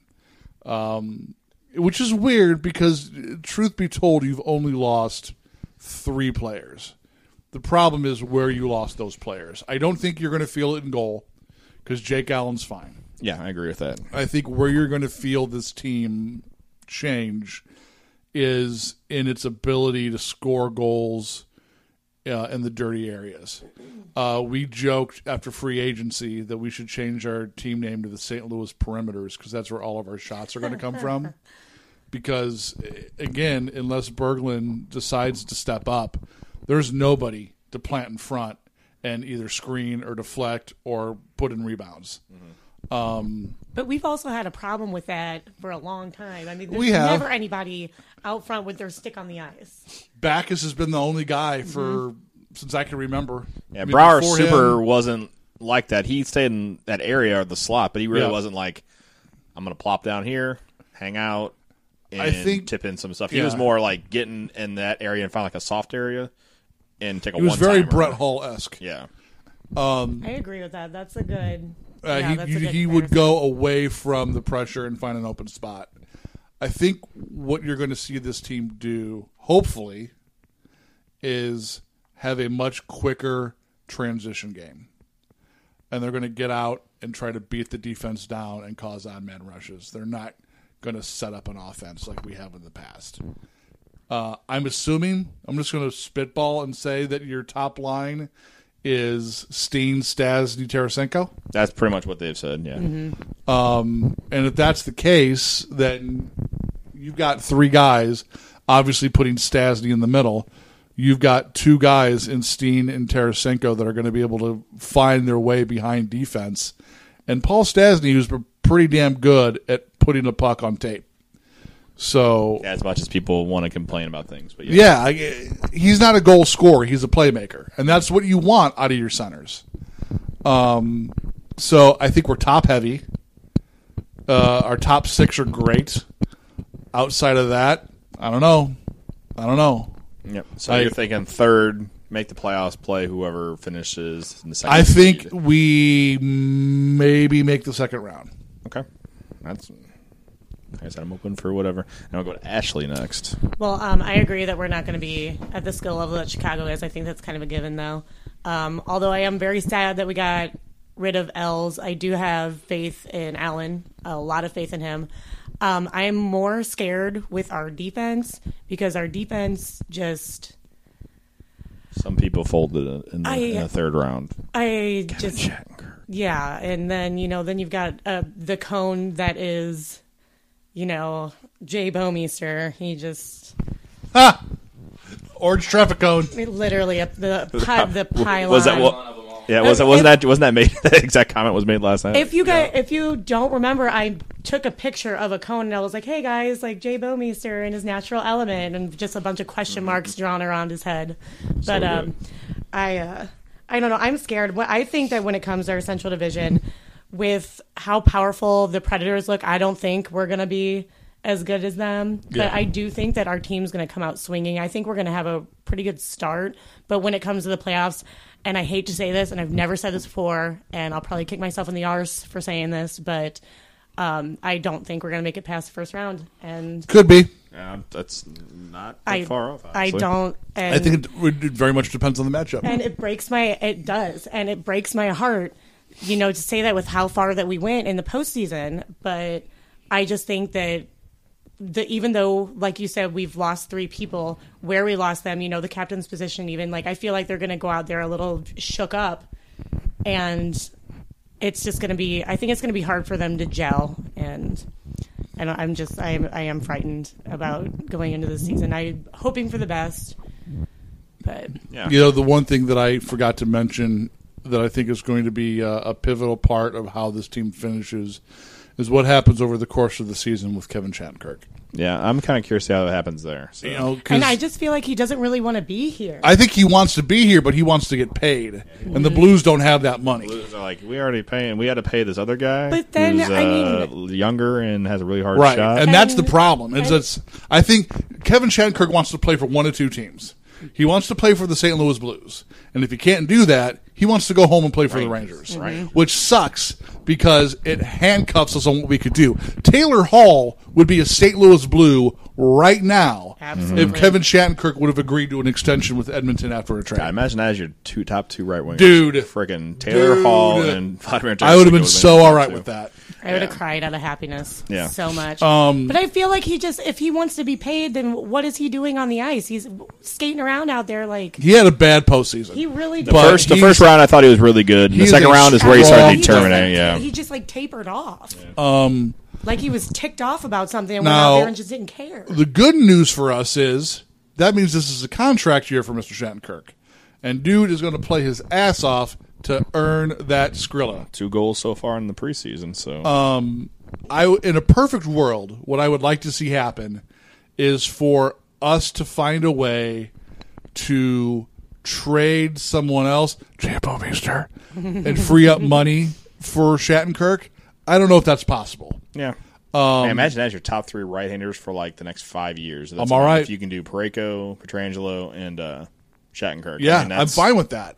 S3: Um, which is weird because truth be told, you've only lost three players. The problem is where you lost those players. I don't think you're going to feel it in goal because Jake Allen's fine.
S4: yeah, I agree with that.
S3: I think where you're going to feel this team change is in its ability to score goals uh, in the dirty areas. Uh, we joked after free agency that we should change our team name to the St. Louis Perimeters because that's where all of our shots are going to come from. Because eh, again, unless Berglund decides to step up, there's nobody to plant in front and either screen or deflect or put in rebounds.
S2: But we've also had a problem with that for a long time. I mean, there's
S3: We have.
S2: never anybody out front with their stick on the ice.
S3: Backus has been the only guy for since I can remember.
S4: Yeah,
S3: I mean,
S4: Brower
S3: before
S4: Super
S3: him-
S4: wasn't like that. He stayed in that area or the slot, but he really
S3: Yeah.
S4: wasn't like, I'm going to plop down here, hang out, and
S3: I think-
S4: tip in some stuff. He
S3: yeah.
S4: was more like getting in that area and find like a soft area and take a
S3: he was
S4: one
S3: very
S4: timer.
S3: Brett Hall esque.
S4: Yeah.
S2: I agree with that. That's a good.
S3: Uh,
S2: yeah,
S3: he
S2: that's a
S3: he,
S2: good
S3: he would
S2: comparison.
S3: go away from the pressure and find an open spot. I think what you're going to see this team do, hopefully, is have a much quicker transition game. And they're going to get out and try to beat the defense down and cause odd man rushes. They're not going to set up an offense like we have in the past. Uh, I'm assuming, I'm just going to spitball and say that your top line is Steen, Stasny, Tarasenko.
S4: That's pretty much what they've said. Yeah.
S3: And if that's the case, then you've got three guys, obviously putting Stasny in the middle. You've got two guys in Steen and Tarasenko that are going to be able to find their way behind defense. And Paul Stasny, who's been pretty damn good at putting a puck on tape. So,
S4: As much as people want to complain about things, but yeah.
S3: yeah, I- he's not a goal scorer. He's a playmaker. And that's what you want out of your centers. Um, so I think we're top heavy. Uh, our top six are great. Outside of that, I don't know. I don't know.
S4: Yep. So
S3: I-
S4: you're thinking third, make the playoffs, play whoever finishes in the second.
S3: I think
S4: seed.
S3: we maybe make the second round.
S4: Okay. That's. Like I said, I'm open for whatever. And I'll go to Ashley next.
S2: Well, um, I agree that we're not going to be at the skill level that Chicago is. I think that's kind of a given, though. Um, although I am very sad that we got rid of Els, I do have faith in Allen, a lot of faith in him. Um, I am more scared with our defense because our defense just.
S4: Some people folded in the,
S2: I-
S4: in the third round.
S2: I just yeah, and then you know, then you've got uh, the cone that is, you know, Jay Bomeister. He just
S3: Orange traffic cone.
S2: I mean, literally up the pi- the pylon.
S4: Was that
S5: None
S4: what?
S5: of them all.
S4: Yeah, wasn't wasn't that wasn't that made? That exact comment was made last night.
S2: If you guys, if you don't remember, I took a picture of a cone and I was like, "Hey guys, like Jay Bomeister in his natural element," and just a bunch of question marks drawn around his head. But
S4: good.
S2: um, I, uh, I don't know. I'm scared. What I think that when it comes to our Central Division, with how powerful the Predators look, I don't think we're gonna be as good as them. But I do think that our team's gonna come out swinging. I think we're gonna have a pretty good start. But when it comes to the playoffs, and I hate to say this, and I've never said this before, and I'll probably kick myself in the arse for saying this, but um, I don't think we're gonna make it past the first round. And
S3: Could be.
S4: yeah, that's not
S2: I
S4: far off.
S2: I don't. And
S3: I think it, would- it very much depends on the matchup.
S2: and it breaks my it does and it breaks my heart you know to say that with how far that we went in the postseason but i just think that the, even though like you said we've lost three people where we lost them you know the captain's position even like i feel like they're going to go out there a little shook up and it's just going to be. I think it's going to be hard for them to gel, and and I'm just I am I am frightened about going into this season. I'm hoping for the best, but
S4: Yeah.
S3: You know, the one thing that I forgot to mention that I think is going to be a, a pivotal part of how this team finishes is what happens over the course of the season with Kevin Shattenkirk.
S4: Yeah, I'm kind of curious how that happens there. So.
S3: You know, 'cause
S2: and I just feel like he doesn't really want to be here.
S3: I think he wants to be here, but he wants to get paid, and the Blues don't have that money.
S4: Blues are like we already paying. We had to pay this other guy,
S2: But then,
S4: who's,
S2: I
S4: uh, younger and has a really hard
S3: Right,
S4: shot.
S3: and that's the
S2: And-
S3: problem. Is
S2: and-
S3: that's I think Kevin Shattenkirk wants to play for one or two teams. He wants to play for the St. Louis Blues, and if he can't do that, he wants to go home and play for the Rangers,
S4: Right.
S3: which sucks because it handcuffs us on what we could do. Taylor Hall would be a St. Louis Blue right now
S2: Absolutely.
S3: if Kevin Shattenkirk would have agreed to an extension with Edmonton after a trade.
S4: I imagine that is your two top two right wingers,
S3: Dude.
S4: Freaking Taylor
S3: Dude.
S4: Hall and Vladimir.
S3: I would have
S4: Tarasenko
S3: been so all right with that.
S2: I would have
S4: Yeah.
S2: cried out of happiness.
S4: Yeah.
S2: So much.
S3: Um,
S2: but I feel like he just, if he wants to be paid, then what is he doing on the ice? He's skating around out there like
S3: He had a bad postseason.
S2: he really
S4: The
S3: But
S4: first, the
S3: he's-
S4: first round, I thought he was really good. and The
S3: he's
S4: second
S3: a
S4: round is where he
S3: strong-
S4: started
S3: He
S2: just, like,
S4: determining.
S2: ta-
S4: Yeah,
S2: He just like tapered off. Um, like he was ticked off about something and went
S3: Now-
S2: out there and just didn't care.
S3: the good news for us is that means this is a contract year for Mr. Shattenkirk. And dude is going to play his ass off to earn that Skrilla.
S4: two goals so far in the preseason. So
S3: Uh, I in a perfect world, what I would like to see happen is for us to find a way to trade someone else, Jambo Meester, and free up money for Shattenkirk. I don't know if that's possible.
S4: yeah.
S3: um,
S4: I imagine that's your top three right-handers for like the next five years. That's
S3: I'm all right.
S4: If you can do Pareko, Petrangelo, and uh, Shattenkirk. I
S3: Yeah,
S4: mean,
S3: I'm
S4: that's-
S3: fine with that.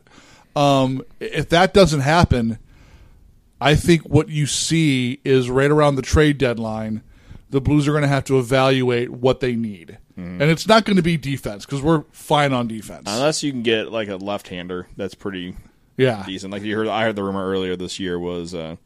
S3: Um, if that doesn't happen, I think what you see is right around the trade deadline, the Blues are going to have to evaluate what they need, and it's not going to be defense because we're fine on defense.
S4: Unless you can get Hmm. like a left-hander, that's pretty
S3: yeah,
S4: decent. Like you heard, I heard the rumor earlier this year was uh,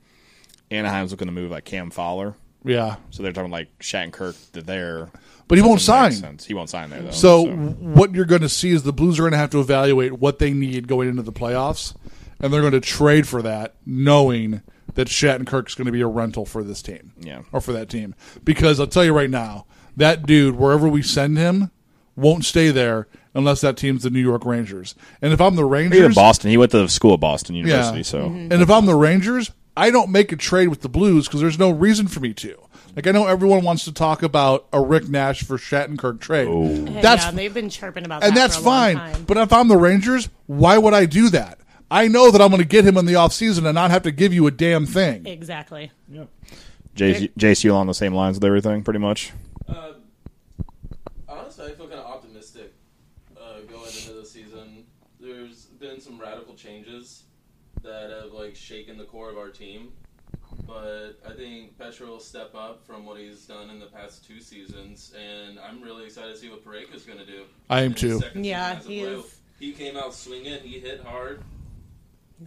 S4: Anaheim's looking to move like Cam Fowler,
S3: yeah,
S4: so they're talking like Shattenkirk to there,
S3: but he won't
S4: Doesn't make
S3: sign.
S4: sense. He won't sign there though.
S3: So, what you're going to see is the Blues are going to have to evaluate what they need going into the playoffs, and they're going to trade for that, knowing that Shattenkirk's going to be a rental for this team,
S4: Yeah.
S3: or for that team. Because I'll tell you right now, that dude, wherever we send him, won't stay there unless that team's the New York Rangers. And if I'm the
S4: Even
S3: Rangers,
S4: Boston, he went to school at Boston University.
S3: Yeah. Mm-hmm. and
S4: So
S3: if I'm the Rangers, I don't make a trade with the Blues because there's no reason for me to. Like I know everyone wants to talk about a Rick Nash for Shattenkirk trade.
S4: Oh.
S3: That's
S2: yeah, they've been chirping about
S3: and
S2: that
S3: that's
S2: for a long
S3: fine.
S2: time.
S3: But if I'm the Rangers, why would I do that? I know that I'm going to get him in the offseason and not have to give you a damn thing.
S2: exactly.
S4: JC, JC along the same lines with everything, pretty much.
S5: Uh, honestly, I feel kind of optimistic uh, going into the season. There's been some radical changes that have like shaken the core of our team, but I think Petra will step up from what he's done in the past two seasons, and I'm really excited to see what Pareka's going to do.
S3: I am
S5: in his
S3: too.
S5: second season
S2: Yeah,
S5: as a
S2: he
S5: Blue.
S2: is.
S5: He came out swinging. He hit hard.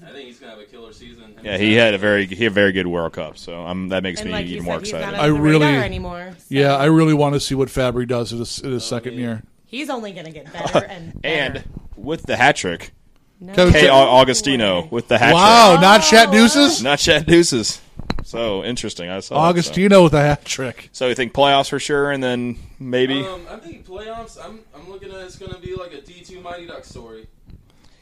S5: I think he's gonna have a killer season.
S4: Yeah, he had a very he had a very good World Cup, so um, that makes
S2: And
S4: me
S2: like you
S4: even
S2: said,
S4: more
S2: he's not
S4: excited.
S2: on
S3: I
S2: the
S3: really-
S2: radar anymore. so
S3: Yeah, I really want to see what Fabry does in his, in his second
S5: yeah.
S3: year.
S2: he's only going to get better and better.
S4: and with the hat trick,
S2: No
S3: Kevin-
S4: K.
S2: way.
S3: Hey,
S4: Augustino with the hat
S3: Wow,
S4: trick,
S2: Oh.
S3: not Chat Deuces?
S4: not Chad Deuces. So interesting. I saw that, so.
S3: Augustino with a hat trick.
S4: So you think playoffs for sure, and then maybe.
S5: Um, I think playoffs. I'm I'm looking at it's gonna be like a D two Mighty Duck story.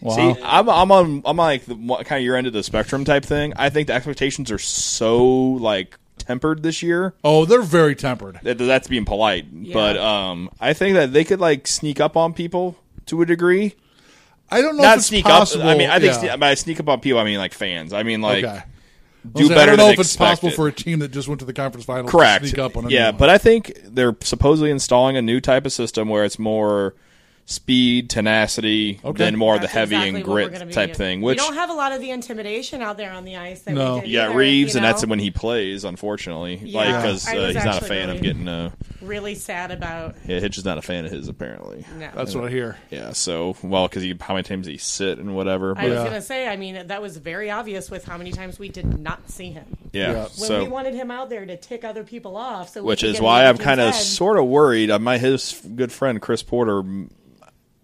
S3: Wow.
S4: See, I'm I'm on I'm on like the kind of your end of the spectrum type thing. I think the expectations are so like tempered this year.
S3: oh, they're very tempered.
S4: That, that's being polite, but um, I think that they could like sneak up on people to a degree.
S3: I don't know if
S4: Not
S3: it's
S4: sneak
S3: possible.
S4: up. I mean, I think
S3: yeah.
S4: sne- by sneak up on people, I mean like fans. I mean like
S3: okay.
S4: do
S3: Listen,
S4: better
S3: I don't know
S4: than
S3: if it's
S4: expected.
S3: possible for a team that just went to the conference final
S4: correct.
S3: to sneak up on
S4: yeah,
S3: anyone.
S4: but I think they're supposedly installing a new type of system where it's more speed, tenacity,
S3: Okay.
S4: than more of the
S2: That's
S4: heavy
S2: exactly
S4: and
S2: what we're gonna
S4: grit
S2: be
S4: type
S2: doing.
S4: thing. Which
S2: we don't have a lot of the intimidation out there on the ice. That
S3: No.
S2: we did
S4: You got
S2: either,
S4: Reeves,
S2: you
S4: and that's
S2: know?
S4: when he plays. Unfortunately, Like 'cause
S2: Yeah.
S4: like because
S2: I
S4: uh,
S2: was
S4: he's not a
S2: actually
S4: fan of
S2: really-
S4: getting. Uh,
S2: really sad about.
S4: yeah, Hitch is not a fan of his apparently.
S2: No.
S3: That's what I hear.
S4: Yeah, so well because he how many times he sit and whatever.
S2: I
S4: But,
S2: was
S4: yeah,
S3: Yeah.
S2: gonna say. I mean, that was very obvious with how many times we did not see him
S3: When
S2: when
S4: so
S2: we wanted him out there to tick other people off. So we
S4: which
S2: could
S4: is
S2: get
S4: why
S2: in
S4: I'm
S2: his
S4: kind of
S2: head.
S4: sort of worried. I might his good friend Chris Porter m-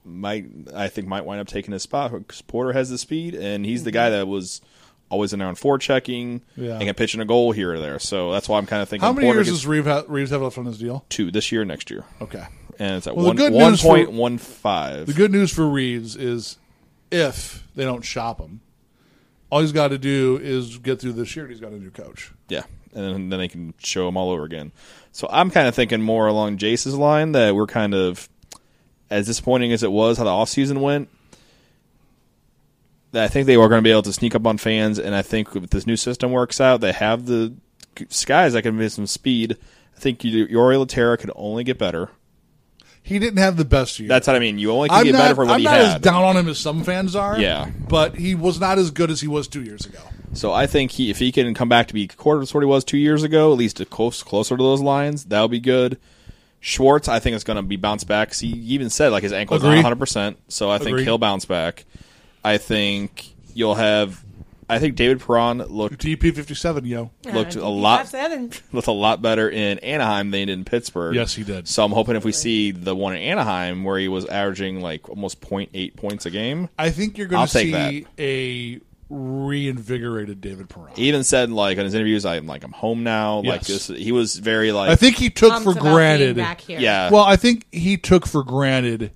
S4: might I think might wind up taking his spot. 'cause Porter has the speed, and he's the guy that was always in there on forechecking.
S3: Yeah.
S4: and can pitch in a goal here or there. So that's why I'm kind of thinking.
S3: How many
S4: Porter
S3: years
S4: gets
S3: does Reeves have, Reeves have left on his deal?
S4: two this year, next year,
S3: Okay.
S4: and it's at
S3: Well, the
S4: one
S3: good
S4: one
S3: news for-
S4: point one five.
S3: The good news for Reeves is if they don't shop him, all he's got to do is get through this year and he's got a new coach.
S4: Yeah, and then, then they can show them all over again. So I'm kind of thinking more along Jace's line that we're kind of as disappointing as it was how the offseason went. That I think they are going to be able to sneak up on fans, and I think if this new system works out, they have the skies that can give some speed. I think you- Yori Laterra could only get better.
S3: He didn't have the best year.
S4: That's what I mean. You only can
S3: I'm
S4: get
S3: not,
S4: better for what
S3: I'm
S4: he
S3: not
S4: had.
S3: as down on him as some fans are.
S4: Yeah.
S3: But he was not as good as he was two years ago.
S4: So I think he, if he can come back to be quarter of what he was two years ago, at least to close closer to those lines, that'll be good. Schwartz, I think is going to be bounced back. 'cause He even said like his ankle's not
S3: Agree.
S4: 100, percent so I think
S3: Agree.
S4: he'll bounce back. I think you'll have. I think David Perron looked
S3: DP 57, yo.
S4: Looked a
S2: Uh,
S4: lot-
S2: top Seven.
S4: looked a lot better in Anaheim than he did in Pittsburgh.
S3: Yes, he did.
S4: So I'm hoping if we see the one in Anaheim where he was averaging like almost 0.8 points a game,
S3: I think you're going
S4: I'll
S3: to see
S4: take that.
S3: a reinvigorated David Perron.
S4: he even said like in his interviews, "I'm like I'm home now." Like
S3: Yes.
S4: this, he was very like
S3: I think he took
S2: Pumped
S3: for
S2: about being
S3: granted.
S2: back here.
S4: yeah.
S3: Well, I think he took for granted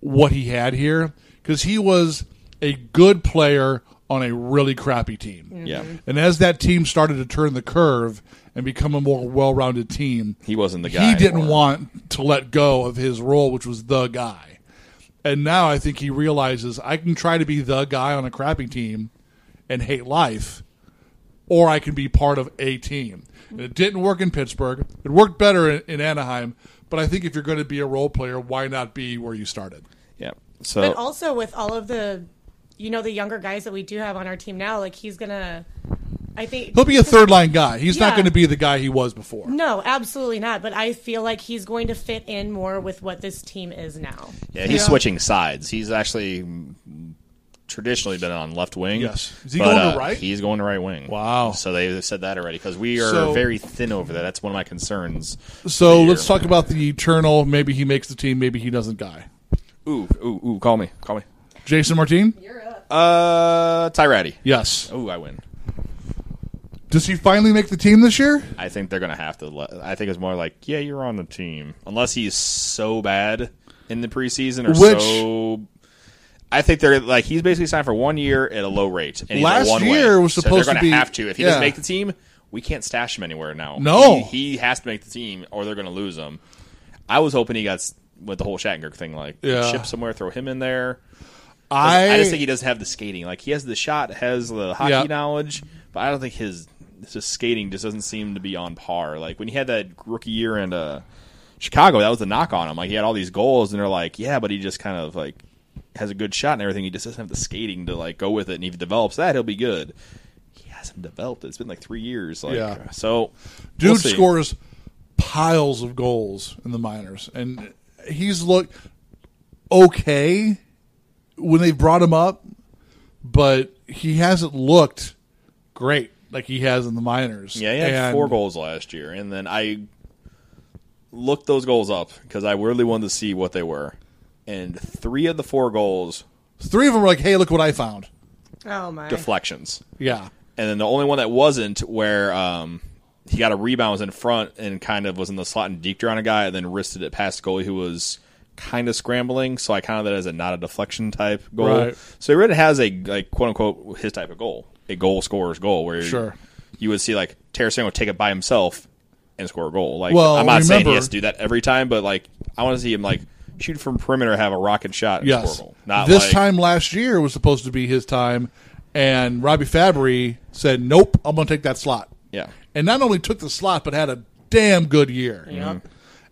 S3: what he had here because he was a good player on a really crappy team.
S4: Yeah.
S3: And as that team started to turn the curve and become a more well-rounded team,
S4: He wasn't the guy
S3: He didn't
S4: anymore.
S3: want to let go of his role, which was the guy. And now I think he realizes I can try to be the guy on a crappy team and hate life, or I can be part of a team. And it didn't work in Pittsburgh. It worked better in, in Anaheim. But I think if you're going to be a role player, why not be where you started?
S4: Yeah. So
S2: But also with all of the, you know, the younger guys that we do have on our team now, like he's gonna, I think
S3: He'll be a third line guy. He's not
S2: Yeah.
S3: going to be the guy he was before.
S2: No, absolutely not. But I feel like he's going to fit in more with what this team is now.
S4: yeah, he's
S3: Yeah.
S4: switching sides. He's actually mm, traditionally been on left wing. uh,
S3: Yes. Is he going to right?
S4: He's going to right wing.
S3: Wow.
S4: So they've said that already because we are
S3: So-
S4: very thin over there. That's one of my concerns.
S3: So
S4: Here.
S3: let's talk about the eternal. Maybe he makes the team. Maybe he doesn't. Guy,
S4: Ooh, ooh, ooh! Call me, call me.
S3: Jason Martin.
S4: Uh, Tyrati.
S3: Yes.
S4: Ooh, I win.
S3: Does he finally make the team this year?
S4: I think they're gonna have to. Let, I think it's more like, yeah, you're on the team, unless he's so bad in the preseason or
S3: Which-
S4: so. I think they're like he's basically signed for one year at a low rate. And he's a
S3: Last
S4: one-way.
S3: year was
S4: So
S3: supposed to
S4: they're gonna
S3: be-
S4: have to. If he
S3: yeah.
S4: doesn't make the team, we can't stash him anywhere now.
S3: No.
S4: he, he has to make the team, or they're gonna lose him. I was hoping he got s- with the whole Shattenkirk thing, like
S3: Yeah.
S4: ship somewhere, throw him in there.
S3: I,
S4: I, just think he doesn't have the skating. Like he has the shot, has the hockey
S3: Yeah.
S4: knowledge, but I don't think his his skating just doesn't seem to be on par. Like when he had that rookie year in uh, Chicago, that was the knock on him. Like he had all these goals, and they're like, yeah, but he just kind of like has a good shot and everything. He just doesn't have the skating to like go with it. And if he develops that, he'll be good. He hasn't developed. it. It's been like three years. Like
S3: Yeah.
S4: so,
S3: dude
S4: we'll see.
S3: scores piles of goals in the minors, and he's looked okay when they brought him up, but he hasn't looked great like he has in the minors.
S4: Yeah, he had
S3: And
S4: four goals last year, and then I looked those goals up because I really wanted to see what they were. And three of the four goals
S3: Three of them were like, "Hey, look what I found."
S2: Oh my!
S4: deflections,
S3: Yeah,
S4: and then the only one that wasn't where um, he got a rebound was in front and kind of was in the slot and deked around a guy, and then wristed it past the goalie who was kind of scrambling. So I counted that as a not a deflection type goal.
S3: Right.
S4: So he really has a like quote unquote his type of goal, a goal scorer's goal where
S3: Sure.
S4: you would see like Tarasenko take it by himself and score a goal. Like
S3: Well,
S4: I'm not saying he
S3: remember-
S4: has to do that every time, but like I want to see him like shoot from perimeter, have a rocket shot, and
S3: yes.
S4: score a goal. Not
S3: this
S4: like,
S3: time last year was supposed to be his time, and Robbie Fabry said, "Nope, I'm going to take that slot."
S4: Yeah.
S3: and not only took the slot but had a damn good year.
S4: Mm-hmm.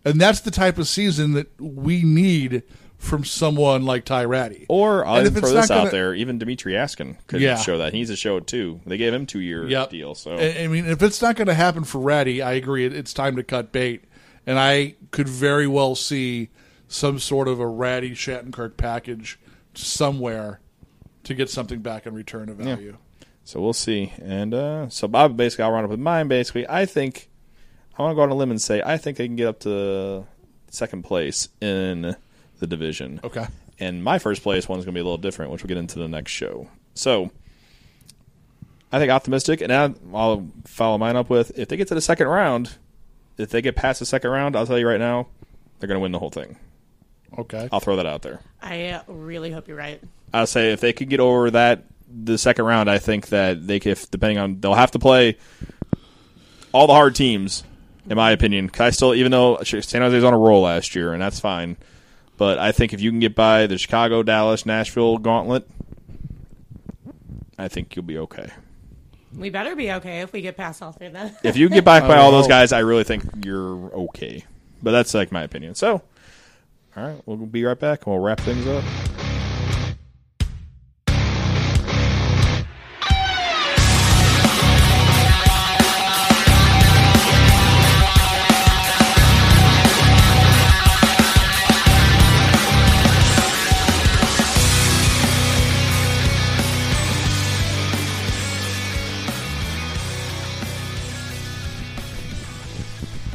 S3: And that's the type of season that we need from someone like Ty Ratty.
S4: Or I'll
S3: And
S4: even
S3: if
S4: throw
S3: it's
S4: this
S3: not
S4: out
S3: gonna-
S4: there, even Dimitri Askin could
S3: Yeah.
S4: show that. He needs to show it too. They gave him two year
S3: Yep.
S4: deal, so
S3: I, I mean, if it's not going to happen for Ratty, I agree. It, it's time to cut bait, and I could very well see some sort of a Ratty Shattenkirk package somewhere to get something back in return of value.
S4: so we'll see. And uh, so Bob basically I'll round up with mine basically. I think I wanna go on a limb and say I think they can get up to second place in the division.
S3: Okay.
S4: And my first place one's going to be a little different, which we'll get into the next show. So, I think optimistic, and I- I'll follow mine up with if they get to the second round, if they get past the second round, I'll tell you right now, they're going to win the whole thing.
S3: Okay.
S4: I'll throw that out there.
S2: I uh, really hope you're right.
S4: I'll say if they could get over that the second round, I think that they could, if, depending on they'll have to play all the hard teams, in my opinion. 'Cause I still, even though San Jose's on a roll last year, and that's fine, but I think if you can get by the Chicago, Dallas, Nashville gauntlet, I think you'll be okay.
S2: We better be okay if we get past all three of them.
S4: If you get back by
S3: I
S4: all those
S3: hope.
S4: guys, I really think you're okay. But that's like my opinion. So, all right, we'll be right back and we'll wrap things up.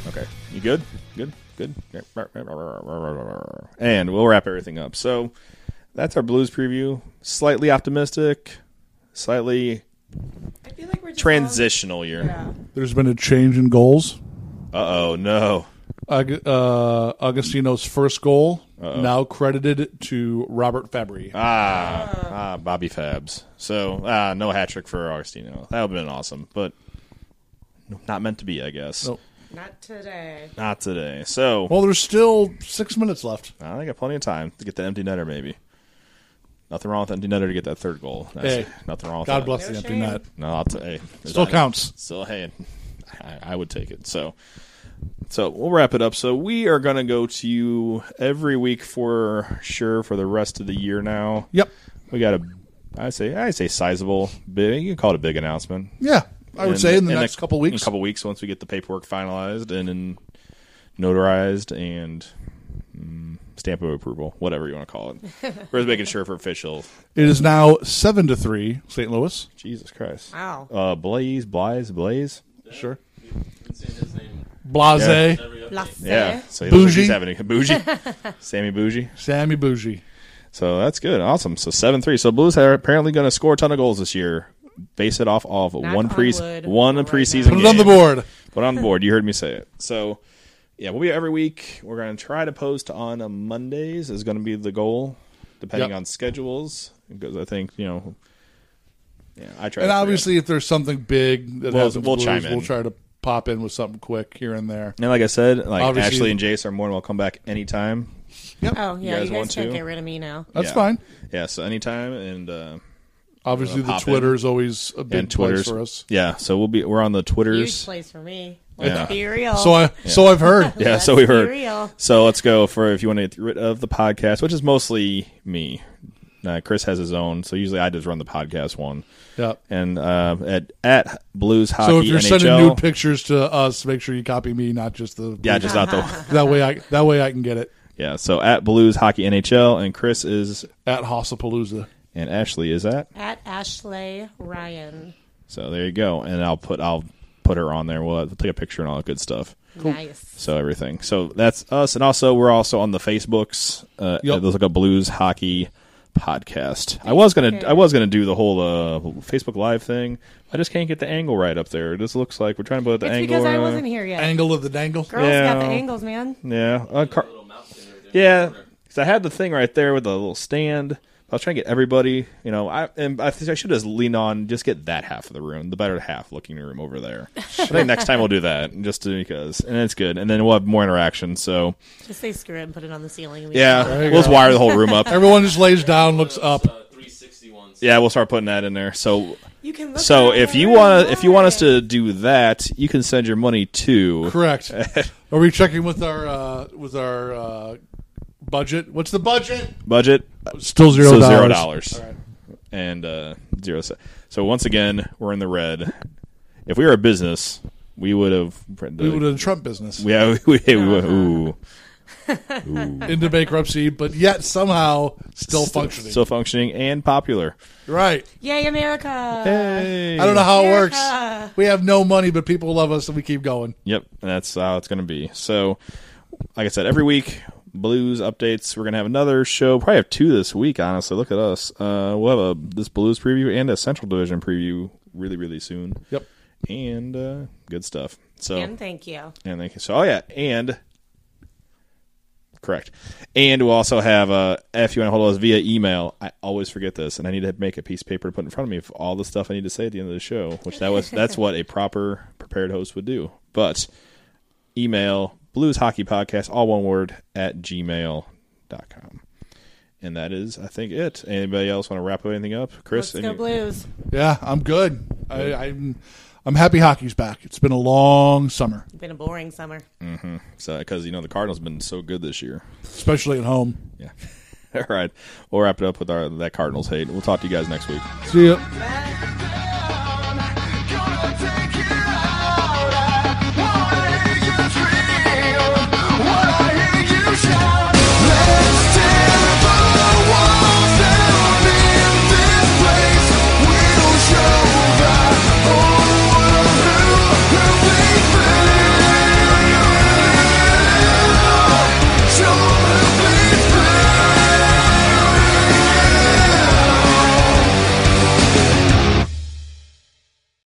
S4: Okay. You good? Good? Good? And we'll wrap everything up. So that's our blues preview. Slightly optimistic, slightly
S2: I feel like we're just
S4: transitional year.
S2: Yeah.
S3: There's been a change in goals.
S4: Uh oh, no.
S3: Aug- uh, Augustino's first goal now credited to Robert Fabry.
S4: Ah, ah, Bobby Fabs. So ah, no hat trick for Arstino. That would have been awesome, but not meant to be, I guess.
S3: Nope.
S2: Not today.
S4: Not today. So
S3: well, there's still six minutes left.
S4: I think I got plenty of time to get the empty netter, maybe. Nothing wrong with empty netter to get that third goal. That's-
S3: Hey,
S4: nothing wrong with
S3: God
S4: that.
S3: bless
S2: No
S3: the empty
S2: shame.
S3: net.
S4: No, I'll t- hey, there's
S3: Still
S4: that.
S3: counts.
S4: Still, hey, I, I would take it. So, so we'll wrap it up. So we are gonna go to you every week for sure for the rest of the year. Now,
S3: Yep.
S4: we got a, I say, I say sizable, big. You can call it a big announcement.
S3: Yeah. I would say in the next couple
S4: in
S3: weeks.
S4: a couple weeks, once we get the paperwork finalized and then notarized and. mm, Stamp of approval, whatever you want to call it. We're just making sure for official.
S3: It is now seven to three, St. Louis.
S4: Jesus Christ.
S2: Wow.
S4: Uh, Blaze, Blaze, Blaze.
S3: Sure.
S5: Been saying his name
S3: Blase,
S4: Yeah.
S5: every update.
S2: Lasse.
S4: Yeah. So he looks like
S3: Bougie.
S4: he's having a bougie. Sammy Bougie.
S3: Sammy Bougie.
S4: So that's good. Awesome. So seven three. So Blues are apparently going to score a ton of goals this year. Base it off of one
S2: on
S4: pre
S2: wood
S4: one
S2: right
S4: preseason.
S2: now.
S3: Put it on the
S4: game.
S3: board.
S4: Put it on the board. You heard me say it. So yeah, we'll be every week. We're going to try to post on a Mondays. Is going to be the goal, depending
S3: Yep.
S4: on schedules. Because I think you know. Yeah, I try.
S3: And
S4: to figure
S3: obviously, if there's something big that
S4: We'll-
S3: happens,
S4: we'll
S3: Blues,
S4: chime in.
S3: we'll try to pop in with something quick here and there.
S4: out. And like I said, like
S3: Obviously-
S4: Ashley and Jace are more than welcome back anytime.
S2: Oh yeah, you
S4: guys Uh,
S2: guys,
S4: want
S2: can't
S4: to?
S2: get rid of me now.
S3: That's
S4: Yeah.
S3: fine.
S4: Yeah, so anytime and. uh
S3: Obviously, the
S4: pop
S3: Twitter
S4: in.
S3: is always a big
S4: and Twitters
S3: place for us.
S4: Yeah, so we'll be we're on the
S2: Huge
S4: Twitters.
S2: place for me. Let's
S4: Yeah.
S2: be real.
S3: So I, so I've heard.
S4: Yeah, so
S2: Let's
S4: we heard.
S2: Be real.
S4: So let's go for if you want to get rid of the podcast, which is mostly me. Uh, Chris has his own, so usually I just run the podcast one.
S3: Yeah.
S4: And uh, at at Blues Hockey
S3: So if you're
S4: NHL,
S3: sending nude pictures to us, make sure you copy me, not just the
S4: yeah, just not the
S3: that way I that way I can get it
S4: yeah. So at Blues Hockey NHL, and Chris is
S3: at Hossapalooza.
S4: and Ashley is at.
S2: At Ashley Ryan.
S4: So there you go. And I'll put I'll put her on there. We'll take a picture and all that good stuff.
S2: Nice.
S4: So everything. So that's us, and also we're also on the Facebooks. Uh,
S3: Yep.
S4: Those like a blues hockey podcast. I was gonna I was gonna do the whole uh, Facebook Live thing. I just can't get the angle right up there. It just looks like we're trying to put the
S2: It's
S4: angle.
S2: because I
S4: right.
S2: wasn't here yet.
S3: Angle of the dangle.
S2: Girls got the
S4: Yeah.
S2: angles, man.
S4: Yeah. Uh, Car-
S5: Little mouse thing right there.
S4: yeah. Because I had the thing right there with the little stand. I was trying to get everybody. You know, I and I, think I should just lean on just get that half of the room, the better half looking room over there. I think next time we'll do that just to, because, and it's good, and then we'll have more interaction. So.
S2: Just say screw it and put it on the ceiling. and we-
S4: Yeah,
S3: There you
S4: we'll just
S3: go.
S4: wire the whole room up.
S3: Everyone just lays down, looks up.
S5: Uh, 360 ones.
S4: Yeah, we'll start putting that in there. So,
S2: You can look
S4: so
S2: at it
S4: if you
S2: all
S4: want to, if you want us
S2: night.
S4: to do that, you can send your money to.
S3: Correct. Are we checking with our uh, with our uh, budget? What's the budget?
S4: budget
S3: Still zero
S4: so
S3: dollars.
S4: zero dollars
S3: right.
S4: and uh zero se- so once again we're in the red if we were a business we would have
S3: We would have Trump business
S4: yeah we, we, would- ooh,
S3: into bankruptcy, but yet somehow still functioning.
S4: still functioning and popular
S3: right.
S2: Yay, America!
S4: hey
S3: I don't know how it works.
S2: America.
S3: We have no money, but people love us, and we keep going.
S4: Yep, and that's how it's going to be. So, like I said, every week blues updates. We're going to have another show. Probably have two this week. Honestly, look at us. Uh, we'll have a this blues preview and a Central Division preview really, really soon.
S3: Yep.
S4: And uh, good stuff. So
S2: And thank you.
S4: and thank you. So, oh yeah, and correct. And we'll also have uh, if you want to hold us via email. I always forget this, and I need to make a piece of paper to put in front of me of all the stuff I need to say at the end of the show. Which that was that's what a proper prepared host would do. But email blues hockey podcast all one word at gmail.com. And that is, I think, it. Anybody else want to wrap anything up? Chris,
S2: Let's go
S4: any-
S2: Blues.
S3: Yeah, I'm good. I, I'm I'm happy hockey's back. It's been a long summer,
S2: It's been a boring summer.
S4: so because you know the Cardinals have been so good this year.
S3: especially at home.
S4: Yeah. All right. We'll wrap it up with our that Cardinals hate. We'll talk to you guys next week.
S3: See ya.
S2: Bye.